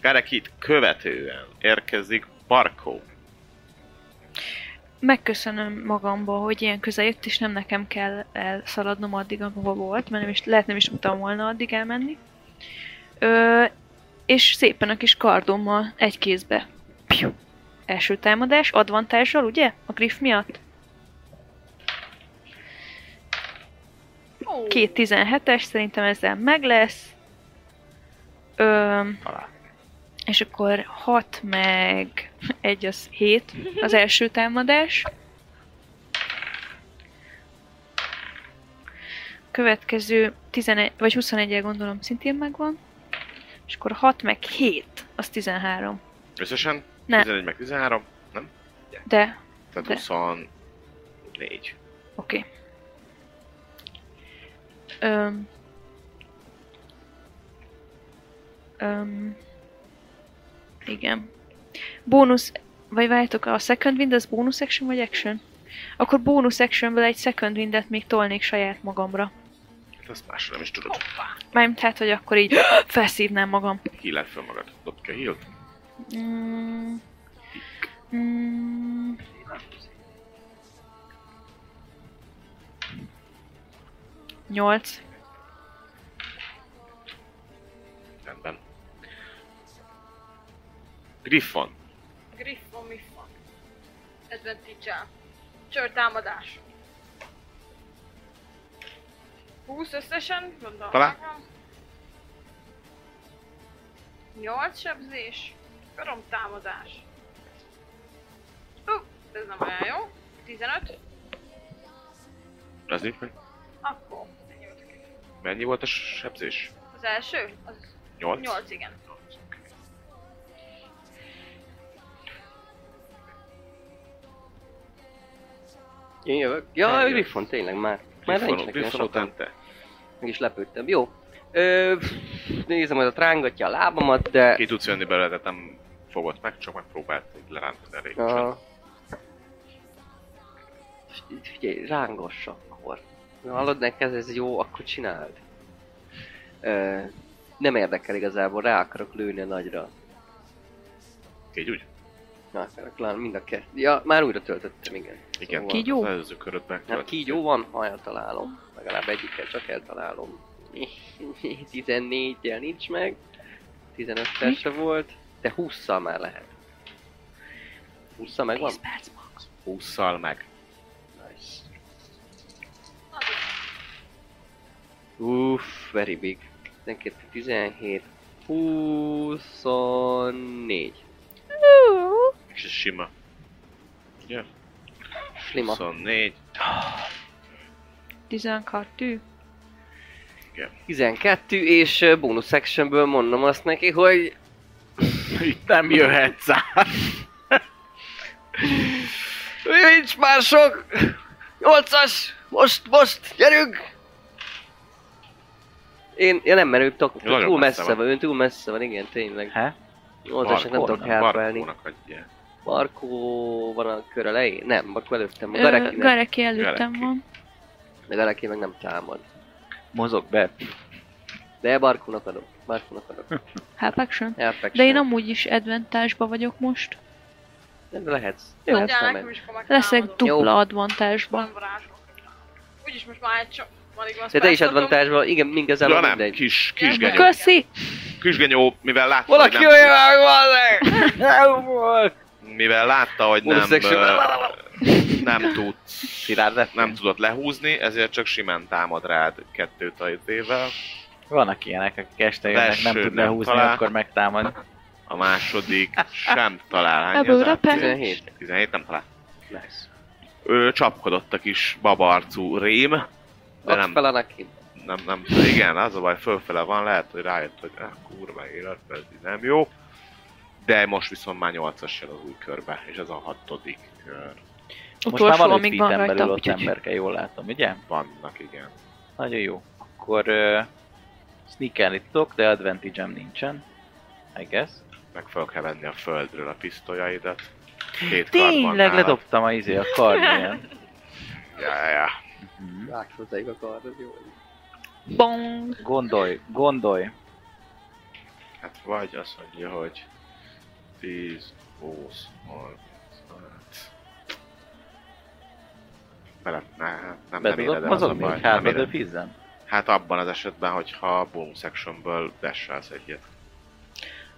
Garekit követően érkezik Barkó.
Megköszönöm magamba, hogy ilyen közel jött, és nem nekem kell elszaladnom addig, ahova volt, mert nem is, lehet nem is tudtam volna addig elmenni. Ö, és szépen a kis kardommal egy kézbe. Piu. Első támadás, advantással, ugye? A griff miatt?
Ó,
Két 17-es, szerintem ezzel meg lesz. Ö, és akkor 6 meg 1 az 7, az első támadás. Következő 11, vagy 21 el gondolom szintén megvan. És akkor 6 meg 7, az 13.
Összesen?
Ne.
11 meg 13,
De,
tehát
De.
24.
oké. Okay. Öm, öm, igen. Bónusz, vagy várjátok, a second wind az bónusz action vagy action? Akkor bónusz actionből egy second windet még tolnék saját magamra.
Hát ezt másra nem is tudod.
Mármint hát, hogy akkor így felszívnám magam.
Híled fel magad. Dobd ki a hílt.
Mm. Mm. Nyolc.
Rendben. Griffon.
Griffon, mi van? Advantage-el. Csör támadás. 20 összesen, gondolom.
Talán.
8 sebzés, karom támadás. Hú, ez nem olyan jó. 15,
Ez nincs meg.
akkor ennyi volt a kép.
Mennyi volt a sebzés?
Az első? Az
8?
8, igen.
Én jövök. Ja,
Eljött.
Griffon, tényleg már. Már nincs
Griffon,
neki olyan
Griffon
sokan.
után te.
Meg is lepődtem. Jó. Ö, pff, nézem, hogy ott rángatja a lábamat, de...
Ki tudsz jönni belőle, de nem fogod meg, csak megpróbált így lerántani elég.
A... Figyelj, rángos akkor. Na, Hallod neked, ez jó, akkor csináld. Ö, nem érdekel igazából, rá akarok lőni a nagyra.
Így úgy?
Na, akarok lőni mind a kettő. Ja, már újra töltöttem, igen.
Igen.
Szóval-
Kígyó?
Az előző köröd meg.
Hát kígyó van, ha eltalálom. Legalább egyikkel csak eltalálom. 14-jel nincs meg. 15-tel se volt. De 20-szal már lehet. 20-szal megvan?
20-szal meg.
Nice. Uff, very big. 12, 17, 24.
És ez sima. Ugye?
Slima.
24.
12.
12, és ö, bónusz actionből mondom azt neki, hogy
Itt nem jöhetsz át.
nincs már sok! 8-as! Most, most, gyerünk! Én, én nem merőbb tudok,
Nagyon
túl
messze
messze
van.
van. ön túl messze van, igen, tényleg.
He?
8-asnak nem
Barkónak-
tudok helpelni.
Barkónak adja.
Barkó van a kör elején? Nem, Barkó előttem van.
Ö,
Garekinek.
Gareki előttem
Gareki.
van.
De Gareki meg nem támad.
Mozog be.
De Barkónak adok. Barkónak adok.
Help action.
Elfekszem.
Hát, De én amúgy is advantage-ba vagyok most.
Nem lehetsz.
Jó.
Lehetsz,
Adjál
hát nem
nekem
egy.
is, akkor megtámadom.
Leszek dupla advantage-ba.
Van varázsló. Úgyis most már egy csak alig van
De te is
spellslotom.
advantage igen,
Ja
igazából
nem,
mindegy.
kis, kisgenyó.
Köszi!
Kisgenyó, mivel látta,
Valaki
hogy nem,
olyan meg van
Nem volt.
mivel látta, hogy nem,
Bonus action.
ö, nem tud,
Szilárd lett?
nem tudott lehúzni, ezért csak simán támad rád kettőt a izével.
Vannak ilyenek, akik este jönnek, nem
Leső
tud
nem
lehúzni,
talál.
akkor megtámad.
A második sem talál. Hány
Ebből
ez a-
repel.
17.
17 nem talál.
Nice.
Ő csapkodott a kis babarcú rém, de
Ott
nem,
fel Anakin.
nem, nem, igen, az a baj, fölfele van, lehet, hogy rájött, hogy ah, kurva élet, ez így nem jó. De most viszont már 8-as jön az új körbe, és ez a hatodik kör.
Most már
Utolsó,
van egy
amíg van
feet belül
rajta,
ott
úgyhogy...
emberke, jól látom, ugye?
Vannak, igen.
Nagyon jó. Akkor uh, sneakelni tudok, de advantage nincsen. I guess.
Meg fel kell venni a földről a pisztolyaidat. Két kard van
Tényleg
nálad.
ledobtam a izé a kardján.
Ja, ja, ja.
Mhm.
Ráksz hozzáig a kardod, jó.
Bong!
Gondolj, gondolj.
Hát vagy azt mondja, hogy 10, 20, 30, hát... Bele, ne, nem,
Be
nem éred
tudod
el az a
mozogni,
baj.
hogy
Nem
hátradő
éred.
fizzen.
Hát abban az esetben, hogyha a bonus actionből dashelsz egyet.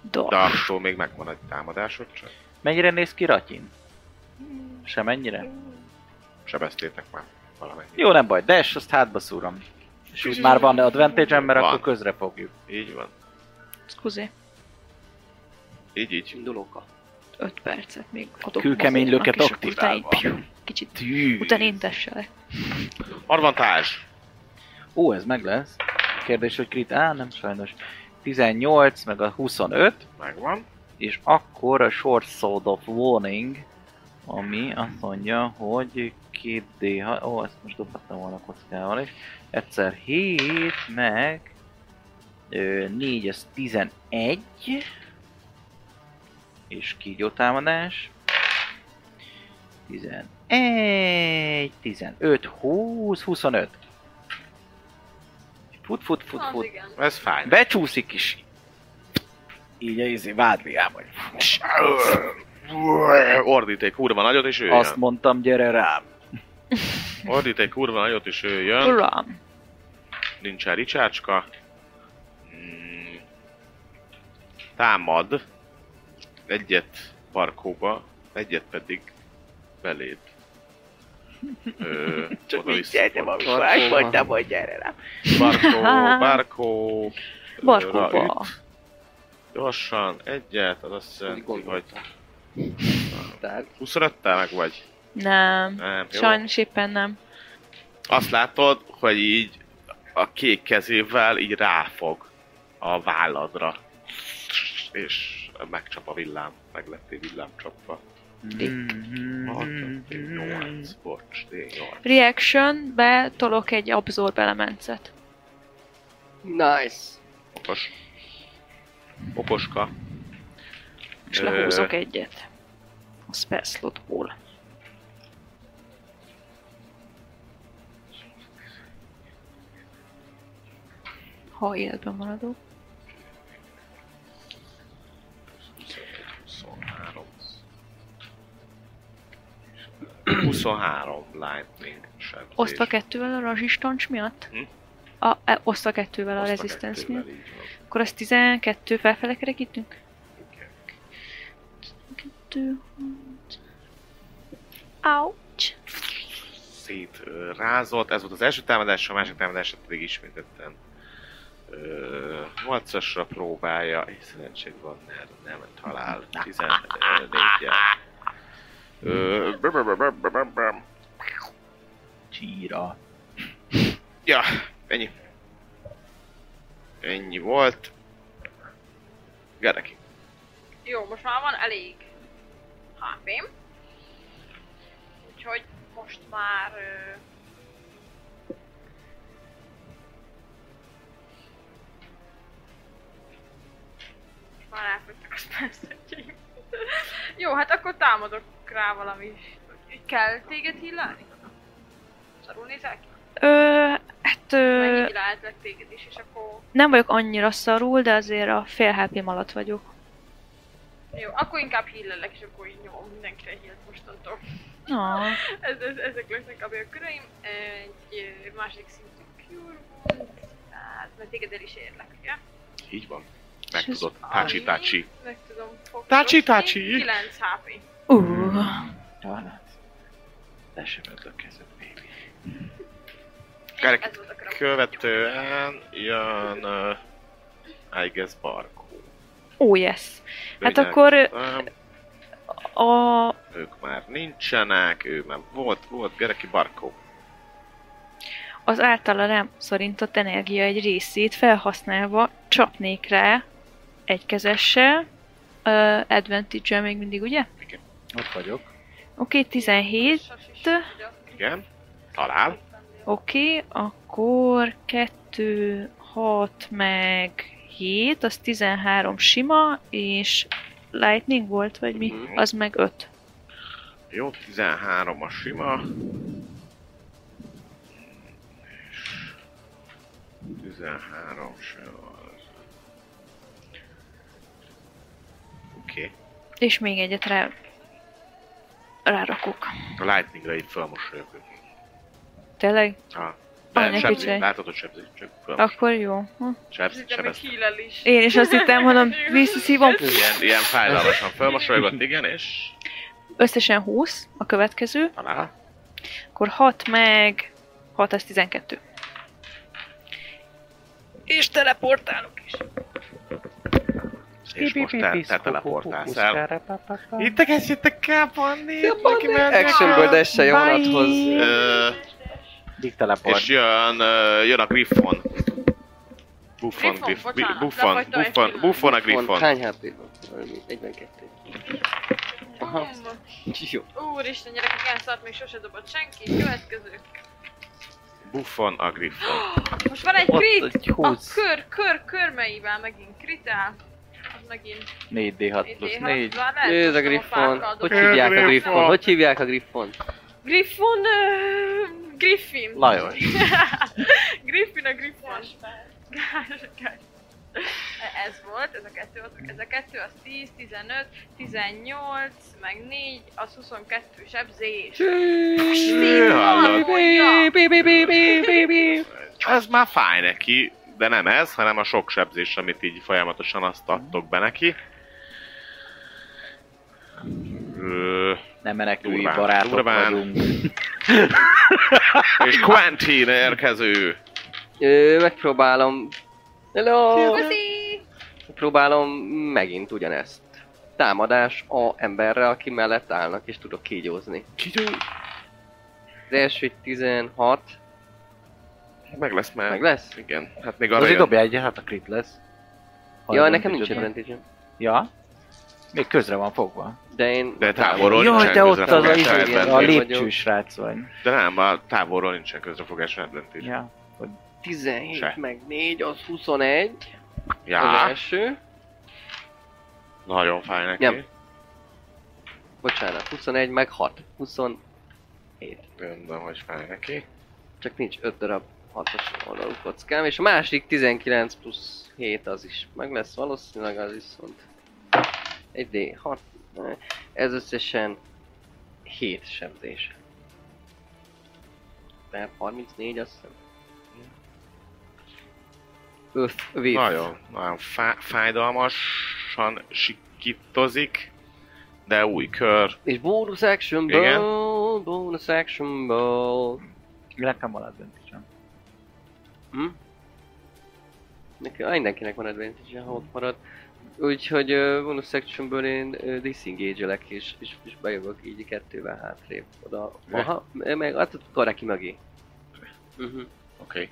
Do.
De attól még megvan egy támadásod, csak
Mennyire néz ki Ratyin? Sem ennyire?
sebeztétek már valamennyit.
Jó, nem baj, de és azt hátba szúrom. És úgy már van advantage mert
Van.
akkor közre fogjuk.
Így van.
Scusi.
Így, így.
Indulóka.
5 percet még adok.
Kőkemény
mozognak,
löket
és akkor utána így
aktiválva.
piu, Kicsit.
Tű.
Utána én tesselek.
Advantázs!
Ó, ez meg lesz. Kérdés, hogy krit... Á, nem sajnos. 18, meg a 25,
Megvan.
és akkor a short sword of warning, ami azt mondja, hogy 2D... Ó, ezt most dobhattam volna kockával is. Egyszer 7, meg... 4, az 11. És kígyótámadás. 11, 15, 20, 25. Fut, fut, fut,
Az
fut.
igen.
Ez fáj.
Becsúszik is. Így a izé vádliába. hogy
Ordít egy kurva nagyot, és ő
Azt
jön.
mondtam, gyere rám.
Ordít egy kurva nagyot, és ő jön.
Uram!
nincsen ricsácska. Mm. Támad. Egyet parkóba, egyet pedig beléd. Ö, oda vissza fordul.
Barkóba.
hogy gyere rám.
Barkó, barkó. ö, ra üt.
Barkóba!
Gyorsan, egyet, az azt jelenti, hogy
Gondolta. Tehát
25-tel meg vagy.
Nem.
Nem, jó.
Sajnos éppen nem.
Azt látod, hogy így a kék kezével így ráfog a válladra. És megcsap a villám, meglettél villámcsapva. D8, bocs, D8.
Reaction, be tolok egy absorb elemencet.
Nice.
Okos. Okoska.
És
Ö.
lehúzok egyet. A spell slotból. Ha életben maradok.
23. 23 lightning sebzés.
Osztva kettővel a razsistancs miatt?
Hm?
A, e, osztva kettővel a
Osztva
resistance
kettővel,
miatt.
így van.
Akkor az 12 felfele kerekítünk?
Igen.
12... Ouch!
szétrázott. Ez volt az első támadás, a másik támadásra pedig ismételten ö, 8-asra próbálja, és szerencség van, mert nem talál 14 -el. Ö, brr, brr, brr, brr, brr, brr.
Csíra.
Ja, ennyi. Ennyi volt. Gereki.
Jó, most már van elég hp Úgyhogy most már... ö, Most már elfogytak a spellszentjeim. Jó, hát akkor támadok rá valami. Kell téged hillálni? Szarul nézel ki?
Ö, hát ö,
Meg hillált téged is, és akkor...
nem vagyok annyira szarul, de azért a fél hp alatt vagyok.
Jó, akkor inkább hillelek, és akkor így nyomom mindenkire hillt mostantól.
Na,
ez, ez, ezek lesznek a bőrköröim. Egy ö, másik szintű Cure Wounds. Hát, mert téged el is érlek, ugye?
Így van.
És ez-
Megtudod. Tácsi, tácsi.
Meg tudom fogni.
Tácsi, tácsi!
9 HP.
uh,
Talán. Ne sem ödd a kezed, baby.
Kerek-
Ez volt a köröm.
Követően jön... Uh, I guess Barkó.
oh yes. Hát
Ugye,
akkor ö,
nem,
a,
Ők már nincsenek, ő már volt, volt, Gereki Barkó.
az általa rám szorintott energia egy részét felhasználva csapnék rá egykezessel, ö, advantage még mindig, ugye?
Ott vagyok.
Oké, okay, 17,
Sas is
Hét.
ugye.
Igen. Talál.
oké, okay, akkor 2, 6, meg 7, az 13 sima, és lightning volt, vagy mi?
Mhm.
Az meg 5.
Jó, 13 a sima. És 13 se az. Oké.
És még egyet rá... rárakok.
A Lightningra így felmosolyog.
Tényleg?
Ha.
Ah,
De
ne
sebzi,
kicsi.
látod, hogy sebzi, csak felmosolyog.
Akkor jó. Hm.
Ez
Sebzi,
itt még
sebez.
hílel is.
Én is azt hittem, mondom, visszaszívom.
Ilyen, ilyen fájdalmasan felmosolygott, igen, és
Összesen 20 a következő,
talál.
akkor 6 meg 6 az 12. És teleportálok is.
És most te, te teleportálsz el.
Itt
Ittek ezt jöttek el, Panni!
Actionből desse a vonathoz.
Ö,
Itt teleport.
És jön, ö, jön a Griffon. Buffon,
Griffon,
Griff-
bocsánat,
Buffon,
lefagytam egy
Buffon,
pillanat.
Buffon a
Van,
Griffon.
hány hp van? Valami 42.
Aha.
Jó.
Úristen, gyerekek, ilyen szart még sose dobott senki. Következő.
Buffon a Griffon.
Most van egy
Ott
crit!
egy
A
20.
kör, kör, körmeivel megint kritál. Az megint
Hát,
4D6 plusz 4.
4D6, bár lehet,
Ő a
hogy
Griffon.
párkal
Hogy
dobok.
hívják a
Griffon.
Griffon? Hogy hívják a Griffon?
Griffon... ö, Griffin.
Lajos.
Griffin a Griffon. Gás, gás. Ez volt, ez a kettő, az, ez a kettő, az 10, 15, 18, meg 4, az 22 sebzés.
Jé, hallod?
Harmadja.
Ez már fáj neki, de nem ez, hanem a sok sebzés, amit így folyamatosan azt adtok be neki. Ö,
Nem menekülj,
Durván,
barátok
durván.
vagyunk.
És Quentin érkező.
Ö, megpróbálom... Hello!
Puszi!
Próbálom megint ugyanezt. Támadás a emberre, aki mellett állnak, és tudok kígyózni.
Kigyó,
Az első egy 16,
meg lesz már.
meg lesz?
Igen, hát még arra
Azért
jön.
dobja egy, hát a crit lesz. Ha
Ja,
nem
nekem
tudod,
nincs
nem.
advantage
Ja? Még közre van fogva.
De én...
De távolról
Jaj,
nincsen
te ott az
közrefogás
izé,
a, a
advantage.
vagyok.
lépcső srác vagy.
De nem, a távolról nincsen közrefogás advantage.
Ja.
17,
Se.
meg 4, az 21. Az
Ja,
első.
nagyon fáj neki.
Nem. Bocsánat, 21, meg 6. 20,
Gondolom, hogy fáj neki.
csak nincs 5 darab 6-os oldalú kockám. És a másik 19 plusz 7 az is meg lesz valószínűleg, az viszont... Egy D6. Ez összesen 7 sebzés. Tehát 34 azt hiszem. Öf, víz.
Nagyon, nagyon fá- fájdalmasan sikítozik, de új kör.
És bónusz
Igen.
actionből, bónusz actionből.
Nekem van advantage
Hm? Neki, mindenkinek van advantage ha ott marad. Úgyhogy uh, bonus actionből én uh, disengage-elek és, és, és bejövök így kettővel hátrébb. Oda, aha, meg hát Karaki mögé. Uh-huh.
Oké. Okay.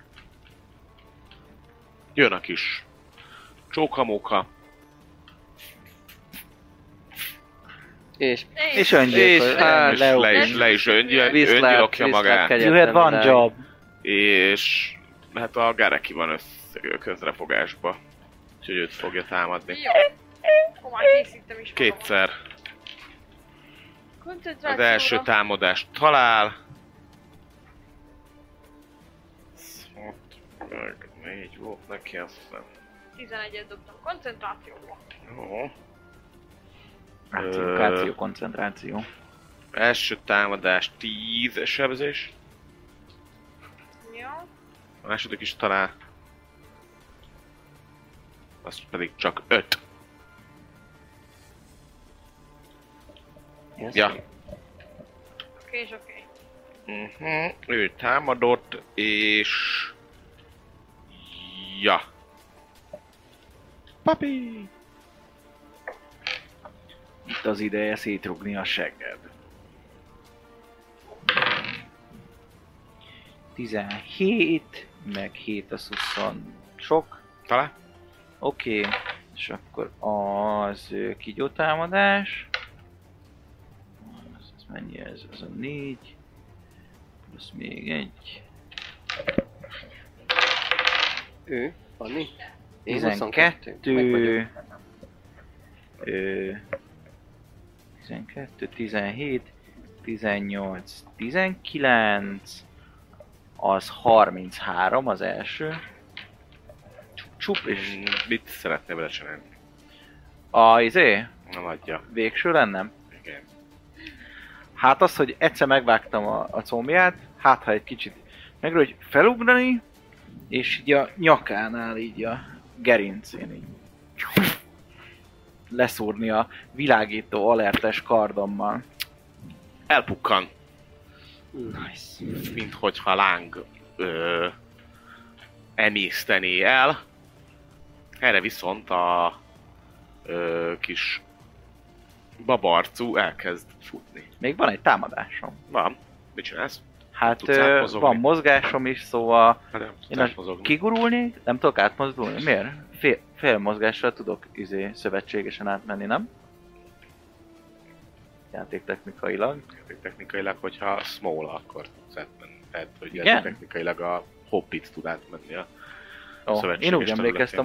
Jön a kis csókamóka.
És
És öngyilkos.
És hát
És le is,
Nem.
le is öngyi-
viszlát,
öngyilakja
viszlát
magát.
You had
kegyetlen
one
idáig.
job.
És hát a Gareki van össze közrefogásba. Úgyhogy őt fogja támadni.
Jó. Akkor már készítem is magamat.
Kétszer. Az
Koncentrációra.
első támadást talál. 6, meg 4 volt neki, azt hiszem.
11-et dobtam. Koncentrációra.
Jó.
Ráció, ráció, koncentráció.
Első támadás 10 sebzés.
Jó.
A második is talál. Az pedig csak 5.
Yes.
Ja.
Oké, és oké.
Uh-huh. Ő támadott, és... Ja. Papi!
Itt az ideje szétrugni a segged. 17, meg 7 az 20 sok.
Talán?
Oké, okay. és akkor az ö, kigyótámadás. Az, az mennyi ez? Az a 4. Plusz még egy.
Ő, Anni. Én 22. Meg vagyok.
12. Ö, 12, 17, 18, 19, az 33 az első. Csup, Csup, és
Mm, Mit szeretne vele csinálni?
a izé,
Nem adja.
végső lennem.
Igen.
Hát az, hogy egyszer megvágtam a, a combját, hát ha egy kicsit meg hogy felugrani, és így a nyakánál így a gerincén így leszúrni a világító alertes kardommal.
Elpukkan,
Nice.
mint hogyha láng ö, emésztené el. Erre viszont a ö, kis babarcú elkezd futni.
Még van egy támadásom.
Van. Mit csinálsz?
Hát
Tudsz
ö,
átmozogni?
van mozgásom is, szóval
Hát nem
Én a-
tudsz mozogni.
kigurulnék, nem tudok átmozdulni. Miért? Fél, fél mozgással tudok izé szövetségesen átmenni, nem? Játéktechnikailag.
Technikailag, hogyha small akkor tudsz átmenni. Tehát, hogy
Igen?
ez technikailag a hobbit tud átmenni a
Ó, én
szövetséges
úgy emlékeztem,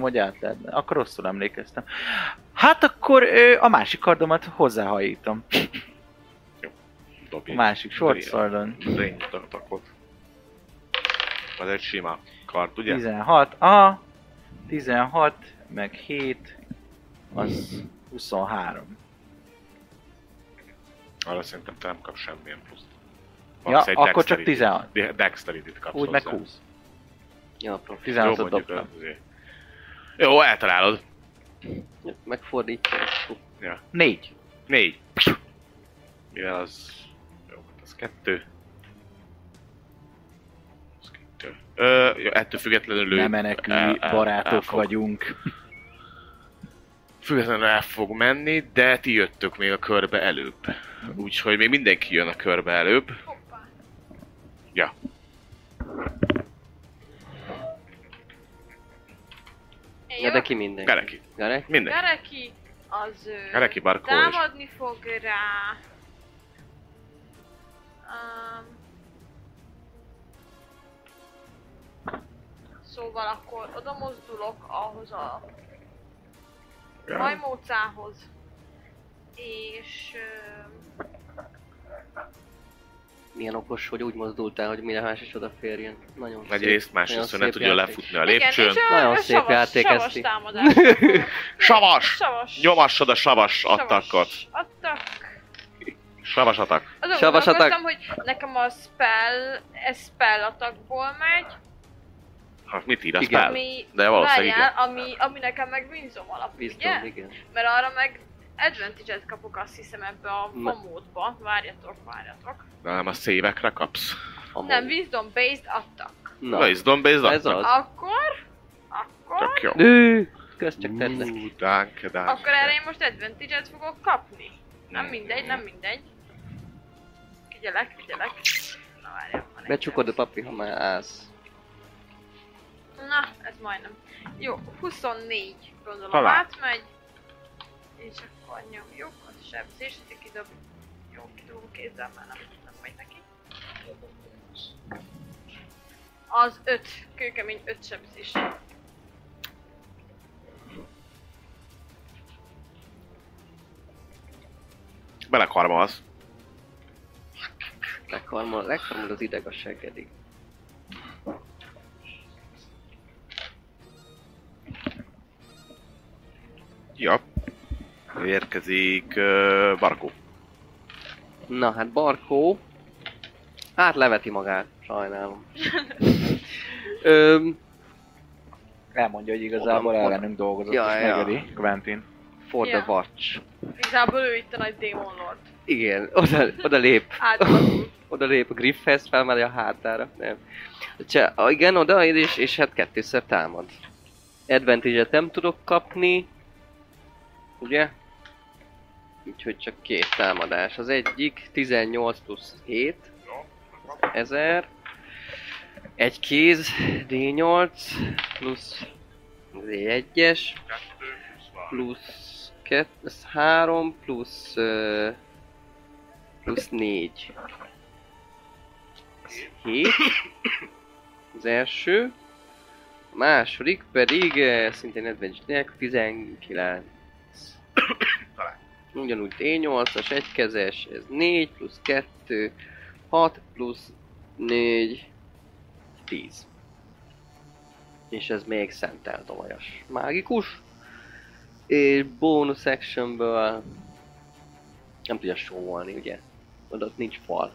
területén.
hogy át lehetne. Akkor rosszul emlékeztem. Hát akkor ö, a másik kardomat hozzáhajítom. A
dobjét.
másik short swordon.
Range attackot. Az egy sima kart, ugye?
16, a 16, meg 7, az 23.
Arra szerintem te nem kapsz semmilyen pluszt.
Ja,
Valószínűleg
akkor csak
dexterity-
16.
de- Dexterity-t kapsz
Úgy meg
hozzá.
20.
Ja, profi.
Jó,
16-ot
mondjuk
dobtam.
az azért. Jó, eltalálod.
Megfordítja. és puff.
4.
Négy. Mivel az... Jó, hát az kettő. Az kettő. Ö, jó, ettől függetlenül ő-
Ne menekülj,
el- el- el
barátok
fog-
vagyunk.
Függetlenül el fog menni, de ti jöttök még a körbe előbb. Úgyhogy még mindenki jön a körbe előbb.
Hoppá.
Ja.
Én
Ja, de ki mindenki.
Gareki.
Garek?
Mindenki.
Gareki az ö,
Gareki Barkó és
támadni fog rá. Um, szóval akkor oda mozdulok ahhoz a majmócához. És... öm,
Milyen okos, hogy úgy mozdultál, hogy mire más is odaférjen. Nagyon szép.
Egyrészt, másrészt,
Nagyon
hogy ne
szép
tudjon
játék.
lefutni a
Igen,
lépcsőn.
és, ö,
Nagyon szép
savas,
játék ez
savas
ti.
támadás.
Savas!
Savas.
Nyomassad a savas attakot.
Attak.
Savas attak.
Azon
Savas
gondolkoztam, hogy nekem a spell, ez spell attakból megy,
Hát mit ír a
Igen.
spell?
ami,
De valószínűleg
várjál, ami, ami nekem meg Winzom alap,
Wisdom,
ugye?
igen.
Mert arra meg advantage-et kapok azt hiszem ebbe a
Na.
famódba. Várjatok, várjatok.
De nem a szévekre kapsz.
Amúgy.
Nem, Wisdom based adtak.
Na,
Na, is dombézd
Ez az.
Akkor, akkor,
Tök jó.
Nő! közt csak tedd
Ú, dánk, dánk.
Akkor erre én most advantage-et fogok kapni. Nem mindegy, nem mindegy. Figyelek, figyelek. Na várjál, van egy.
Becsukod a papír, ha már állsz.
Na, ez majdnem. Jó, 24 gondolom
Talán.
átmegy. És akkor nyomjuk a sebzést, hogy kidob. Jó, kidobom kézzel, már nem, nem megy neki. Az 5, kőkemény 5 sebzés.
Belekarmalsz.
Legharmol, legharmol az ideg a seggedig.
Ja. Érkezik uh, Barkó.
Na hát Barkó... Hát leveti magát, sajnálom. Öm,
Elmondja, hogy igazából
Oda- oda-
ellenünk dolgozott,
Ja,
ja, és
ja.
megöli Quentin.
for the
Ja.
watch.
Igazából ő itt a nagy Demon Lord.
Igen, oda, oda lép.
Átalakul.
oda lép a Griffhez, felmelje a hátára. Nem. Csá, ah, igen, oda, és, és hát kettőszer támad. advantage nem tudok kapni. Ugye? Úgyhogy csak két támadás. Az egyik 18 plusz 7. 1000. Egy kéz, D8, plusz D1-es, plusz 2, ez 3, plusz, ö, plusz 4. Ez 7. Az első. A második pedig eh, szintén advantage 19.
Talán.
Ugyanúgy D8-as, egykezes, ez 4 plusz 2, 6 plusz 4, 10. És ez még szentelt olajas. Mágikus. És bonus actionből nem tudja sóolni, ugye? Odat nincs fal.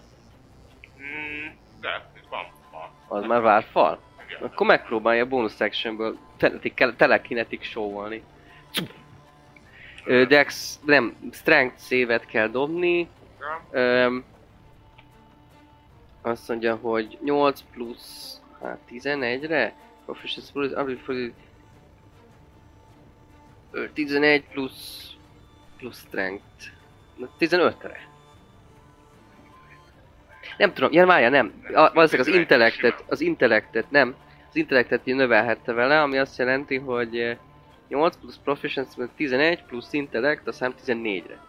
Mm, de, itt van. van.
Az már vár fal?
Igen.
Akkor megpróbálja a bonus actionből teletik- tele- telekinetik showolni. Ö, Dex, nem, strength szévet kell dobni. Öm, azt mondja, hogy 8 plusz, hát 11-re? Proficiency plusz, ami plusz, Ö, 11 plusz, plusz strength. Na, 15-re. Nem tudom, ja, várja, nem. A, valószínűleg az intellektet, az intellektet, nem. Az intellektet így növelhette vele, ami azt jelenti, hogy eh, 8 plusz proficiency, plusz 11 plusz intellect, a szám 14-re.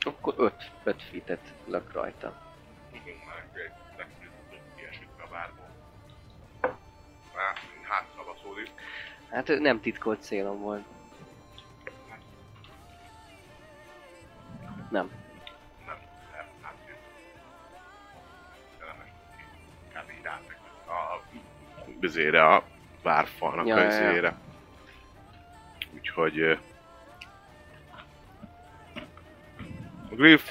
Akkor 5, 5 fitet lök rajta.
Tudunk már egy legfőbb ilyesmit a bárból. Hát, hát szavaszódik.
Hát ö, nem titkolt célom volt. Nem.
Nem, nem, hát ő. Kellemes. Kb. így rátek a bizére, a várfalnak
Ja,
ja, a
ja, ja.
bizére. Úgyhogy... ö, A Griff,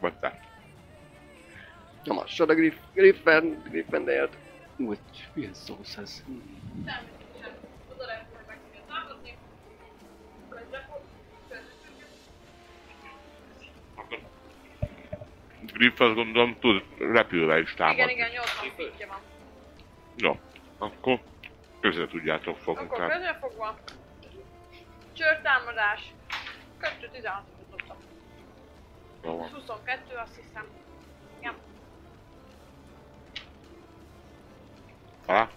vagy te.
Nem a sor a Griff, Griffen, Griffen élt. Úgy, milyen szósz ez?
Semmi sem. Oda lehet, hogy meg kell tartozni. Közre fog. Közre tudjuk.
Akkor Griff azt gondolom tud repülve is
Igen,
támadni.
igen, 80 fitje van.
Jó, akkor közre tudjátok fogni.
Akkor
tehát-
közre fogva. Csörtámadás. 2 16 dobtam.
Jó van.
22 azt hiszem. Ja.
Alá?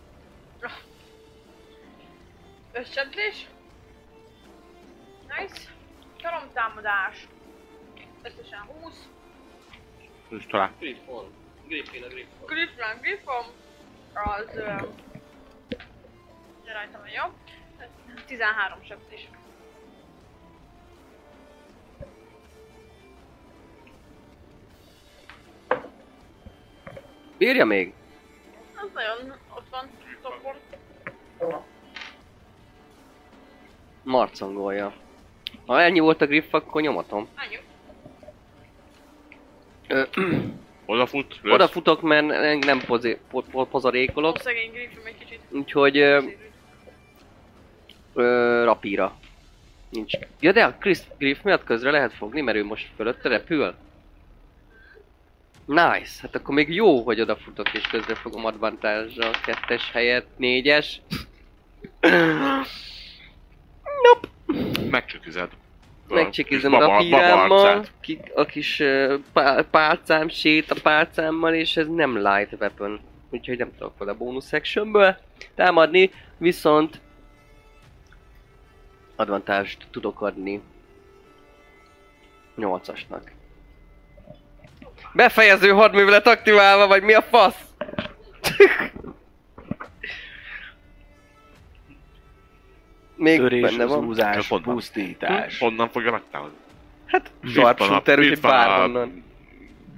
Összebzés. Nice. Karomtámadás. Összesen 20.
Nincs talán.
Griffon. Griffin a Griffon.
Griffon, Griffon. Az... ö, Ugye rajtam a jobb. 13 sebzés.
Bírja még?
Az Hát nagyon ott van. Szopor.
Marcangolja. Ha ennyi volt a Griff, akkor nyomatom.
Ennyi.
Ö,
Odafut, lősz.
odafutok, mert en- nem pozé, po, po,
Ó,
pozarékolok,
szegény Griffon egy kicsit.
úgyhogy ö,
szérű.
ö, rapíra. Nincs. Ja de a Chris Griff miatt közre lehet fogni, mert ő most fölötte repül. Nice, hát akkor még jó, hogy odafutok és közre fogom advantage a kettes helyett, négyes. nope.
Megcsökized.
Megcsikizem
Baba-
a
baba
pirámmal,
arcát.
ki, a kis ö, pá- pálcám sét a pálcámmal, és ez nem light weapon. Úgyhogy nem tudok vele bónusz actionből támadni, viszont advantást tudok adni 8-asnak. Befejező hadművelet aktiválva, vagy mi a fasz? Még
Törés,
benne
az
van.
húzás,
Pont van.
Hm?
pusztítás.
Honnan fogja megtámadni?
Hát,
Itt
sharpshooter,
van a-
úgyhogy
itt van a-
bárhonnan.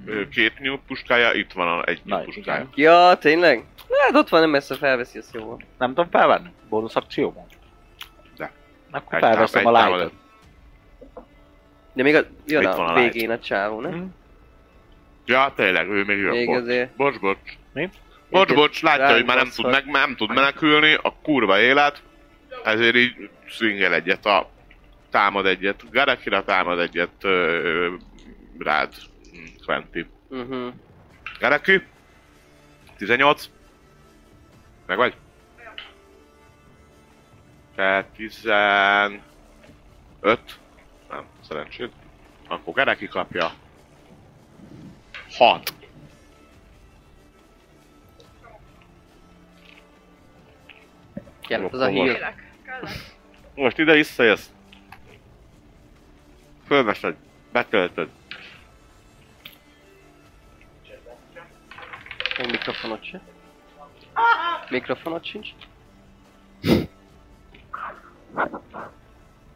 Ö, Két nyúl puskája, itt van a egy nyúl
Nagy,
puskája.
Ja, tényleg? Hát ott van, nem messze felveszi, az jó.
Nem tudom felvenni? Bónusz akcióban?
De.
Akkor
Egy
felveszem a
támad- egy
light
támad-
De még a, jön
Itt van
a
a Hm?
végén a csávó, nem?
Ja, tényleg, ő még jön.
Még
bocs.
azért.
Bocs, bocs.
Mi?
Bocs,
Egy-
bocs, látja, hogy már nem
ránk
tud, meg, nem tud menekülni, a kurva élet, ezért így swingel egyet, a támad egyet, Garekira támad egyet, ö, rád, Mm, Quentin.
Mhm.
Gareki, 18. Meg vagy? Tehát 15. Nem, szerencsét. Akkor Gareki kapja. 6.
Jelent az a
Akkor
hír.
Kérek, kellek.
Most ide visszajössz. Fölmesed, betöltöd.
Még mikrofonot se. Mikrofonot sincs.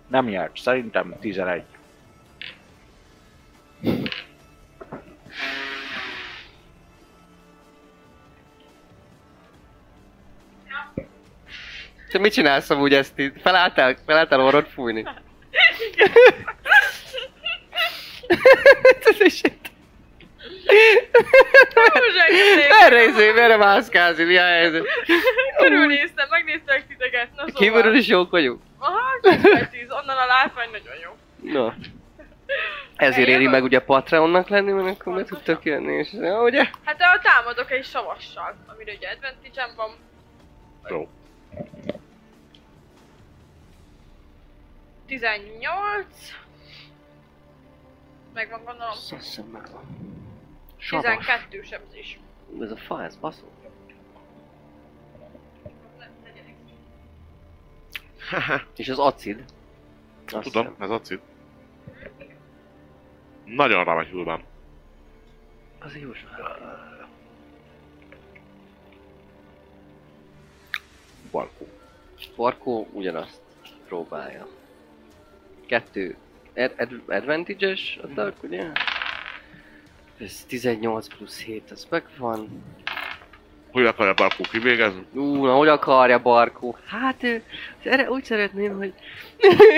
Nem járt, szerintem 11.
Te mit csinálsz amúgy ezt itt? Felálltál, felálltál orrod fújni? Ez is
Túlzsákos
Merre izé, merre mászkálsz, mi a helyzet?
Körülnéztem, megnéztek titeket, na szóval.
Kívülről is jók vagyunk.
Aha, 10 per 10, onnan a látvány nagyon jó.
Na. Ezért éri meg ugye Patreonnak lenni, mert akkor be tudtok jönni, és ja, ugye?
Hát a támadok egy savassal, amire ugye advantage van.
Jó.
18. Megvan gondolom.
Azt hiszem megvan. Savas.
12 sebzés.
Ez a fa, ez baszó. És az acid. Azt
Tudom, ez acid. Nagyon rámegy hullám.
Az jó sok.
Balkó.
Barkó ugyanazt próbálja. Kettő. Ad- ad- advantage-es a dark, ugye? Ez 18 plusz 7, az megvan.
Hogy akarja Balkó kivégezni?
Ú, na hogy akarja Barkó? Hát, ő- erre úgy szeretném, hogy...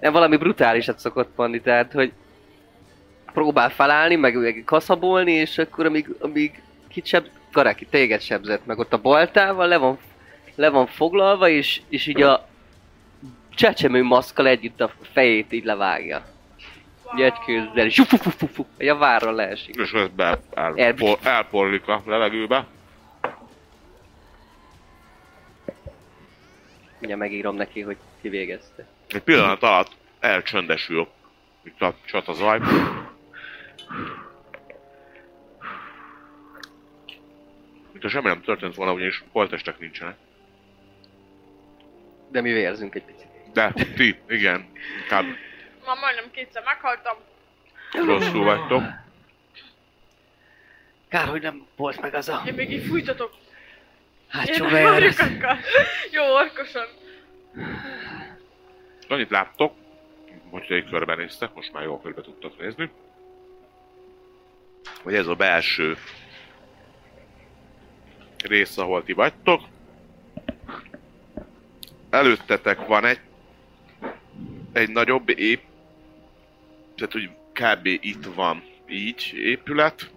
Nem, valami brutálisat szokott mondani, tehát, hogy próbál felállni, meg, meg kaszabolni, és akkor amíg, amíg kisebb, Garaki téged sebzett, meg ott a baltával le van, le van foglalva, és, és így a csecsemő maszkal együtt a fejét így levágja. Wow. Egy kézzel, és fu- fu- fu- fu- hogy a várra leesik.
És közben el,
El-
el, elporlik a levegőbe.
Ugye megírom neki, hogy kivégezte.
Egy pillanat alatt elcsöndesül itt a csata zaj. Mint ha semmi nem történt volna, ugyanis holtestek nincsenek.
De mi vérzünk egy picit.
De ti, igen, inkább
Ma majdnem kétszer meghaltam.
rosszul vagytok.
Kár, hogy nem volt meg az a
Én még így fújtatok.
hátsó
Én
bejárat.
orjukakkal. Jó orkosan.
Annyit láttok, hogyha egy körbenéztek, most már jól körbe tudtok nézni, hogy ez a belső rész, ahol ti vagytok. Előttetek van egy egy nagyobb ép... Tehát, hogy kb. itt van így épület,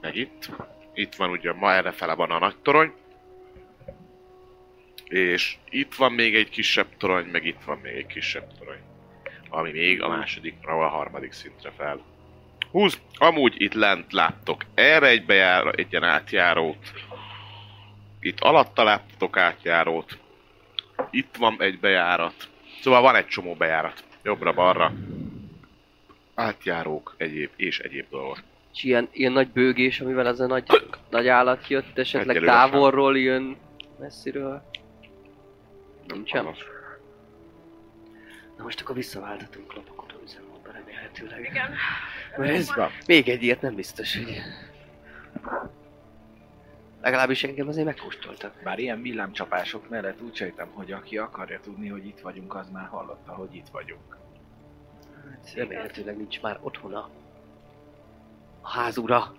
meg itt. Itt van ugye, ma erre fele van a nagy torony. És itt van még egy kisebb torony, meg itt van még egy kisebb torony. Ami még a második, a harmadik szintre fel 20. Amúgy itt lent láttok erre egy bejár, egy ilyen átjárót. Itt alatta láttok átjárót. Itt van egy bejárat. Szóval van egy csomó bejárat. Jobbra-balra. Átjárók egyéb és egyéb dolgok.
És ilyen, ilyen nagy bőgés, amivel az a nagy, nagy állat jött, esetleg
Egyelőre sem.
távolról jön, messiről. Nincsen.
hallasz.
Na most akkor visszaváltatunk lopakodó üzemmódba remélhetőleg.
Igen.
Mert ez van. Még egy ilyet nem biztos, hogy... Legalábbis engem azért megkóstoltak.
Bár ilyen villámcsapások mellett úgy sejtem, hogy aki akarja tudni, hogy itt vagyunk, az már hallotta, hogy itt vagyunk.
Hát Remélhetőleg nincs már otthona. A házura.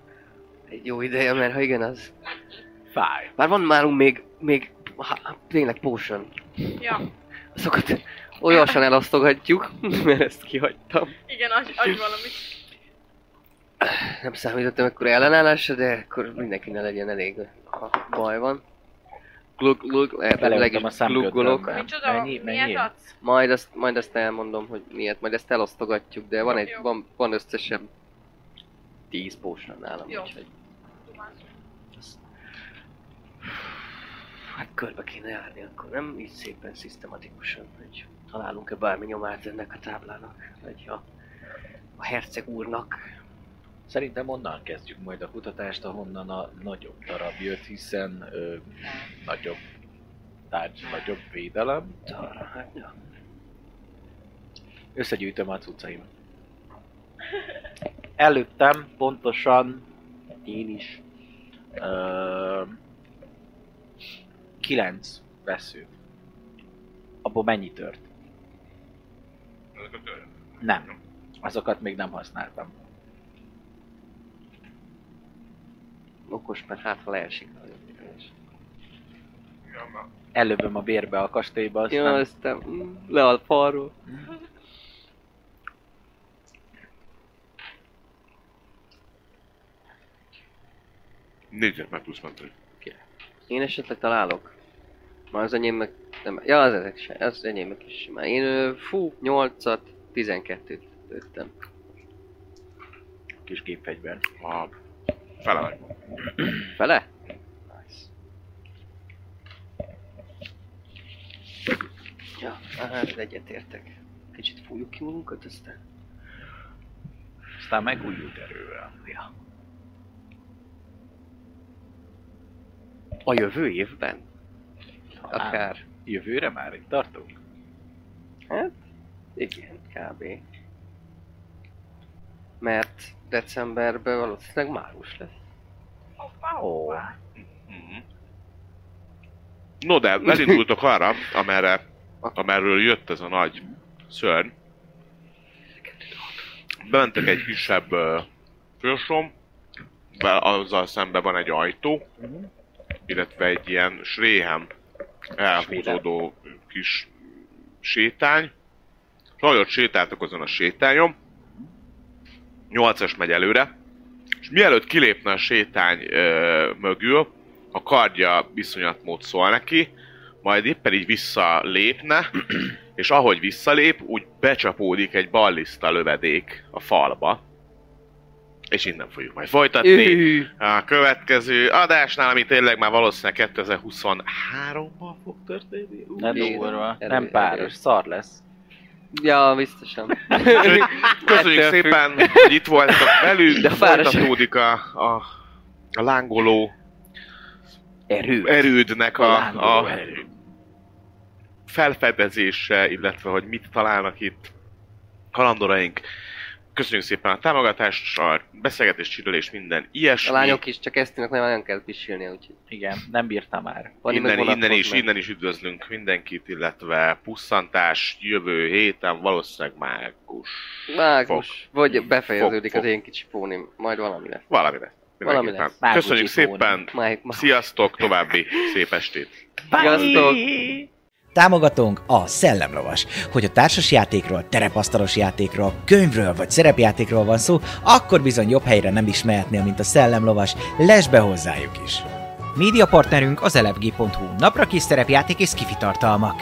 Egy jó ideje, mert ha igen, az...
Fáj.
Bár van nálunk még, még há, tényleg potion.
Ja,
Azokat olyasan elosztogatjuk, mert ezt kihagytam.
igen, adj, adj valamit.
Nem számítottam ekkora ellenállásra, de akkor mindenkinek legyen elég, ha baj van. Glug, glug, lehetőleg
Beleugtam a
is
szemkötőmbe.
gluggolok.
Nem.
Micsoda,
Mennyi- mennyi?
miért adsz?
Majd azt, majd azt elmondom, hogy miért, majd ezt elosztogatjuk, de van,
Jó.
egy, van, van összesen 10 pósra nálam,
Jó.
úgyhogy hát körbe kéne járni akkor, nem így szépen szisztematikusan, hogy találunk-e bármi nyomát ennek a táblának, vagy a, a herceg úrnak.
Szerintem onnan kezdjük majd a kutatást, ahonnan a nagyobb darab jött, hiszen ö, nagyobb tárgy, nagyobb védelem.
Arra, hát, ja.
Összegyűjtöm a cuccaimat. Előttem pontosan én is ö, kilenc vesző. Abból mennyi tört? Nem. Azokat még nem használtam.
Okos, mert hát ha leesik. az is.
Előböm a bérbe a kastélyba, aztán...
Ja, aztán mm, le a falról.
Négyet már plusz mentő.
Én esetleg találok. Már az enyémnek nem. Ja, az ezek se. Az enyémnek is simán. Én ö, fú, 8-at, 12-t lőttem.
kis gépfegyver.
A fele meg.
Fele? Nice. Ja, hát egyetértek. Kicsit fújjuk ki magunkat, aztán
Aztán megújult erővel. Ja.
a jövő évben. Akár.
Jövőre már itt tartunk?
Igen, kb. Mert decemberben valószínűleg május lesz.
Hoppá,
Ó,
hoppá.
Mhm. No de, elindultok arra, amerre, amerről jött ez a nagy szörny. Bementek egy kisebb uh, fősom, be, azzal szemben van egy ajtó, illetve egy ilyen sréhem elhúzódó kis sétány. Sajnos sétáltok azon a sétányon. 8-as megy előre, és mielőtt kilépne a sétány ö, mögül, a kardja viszonyatmód szól neki, majd éppen így visszalépne, és ahogy visszalép, úgy becsapódik egy balliszta lövedék a falba. És innen fogjuk majd folytatni.
Ühű.
A következő adásnál, ami tényleg már valószínűleg 2023-ban fog történni. Ú,
Ne
Jézus.
durva.
Erő-
Nem páros,
erős.
szar lesz.
Ja, biztosan.
Úgyhogy Köszönjük
Ettől
szépen, hogy itt voltak velünk,
De
De
a fáraság.
folytatódik a, a, a lángoló
Erő.
erődnek a,
Lángoló
a
erő.
felfedezése, illetve hogy mit találnak itt kalandoraink. Köszönjük szépen a támogatást, a beszélgetés, csirölés, minden
A
ilyesmi.
lányok is csak Esztinek nem nagyon kell pisilni, úgyhogy
Igen, nem bírtam már.
van
innen,
meg
innen, is,
vonatkoznak.
innen is üdvözlünk mindenkit, illetve pusszantás jövő héten valószínűleg mágus.
Mágus, vagy befejeződik
Fog,
az
fog.
én kicsi pónim, majd valami lesz.
Valami lesz.
Valami
Mindenképpen.
lesz.
Mágus
Köszönjük
ifóni.
szépen,
Máj, ma...
sziasztok, további szép estét!
Sziasztok!
Támogatónk a Szellemlovas. Hogy a társasjátékról, terepasztalos játékról, könyvről vagy szerepjátékról van szó, akkor bizony jobb helyre nem is mehetnél, mint a Szellemlovas. Lesz be hozzájuk is! Média partnerünk az elefg.hu, napra kis szerepjáték és kifitartalmak.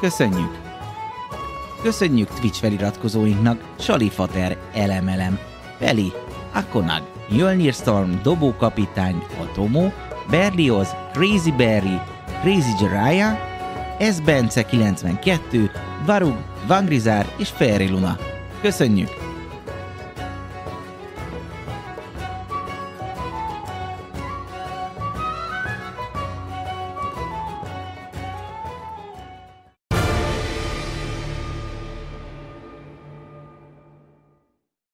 köszönjük! Köszönjük Twitch feliratkozóinknak Salifater, Elemelem, Peli, Akonag, Jölnir Storm, Dobókapitány, Atomo, Berlioz, Crazy Berry, Crazy Jiraiya, S. Bence 92, Varug, Vangrizár és Fairy Luna. Köszönjük!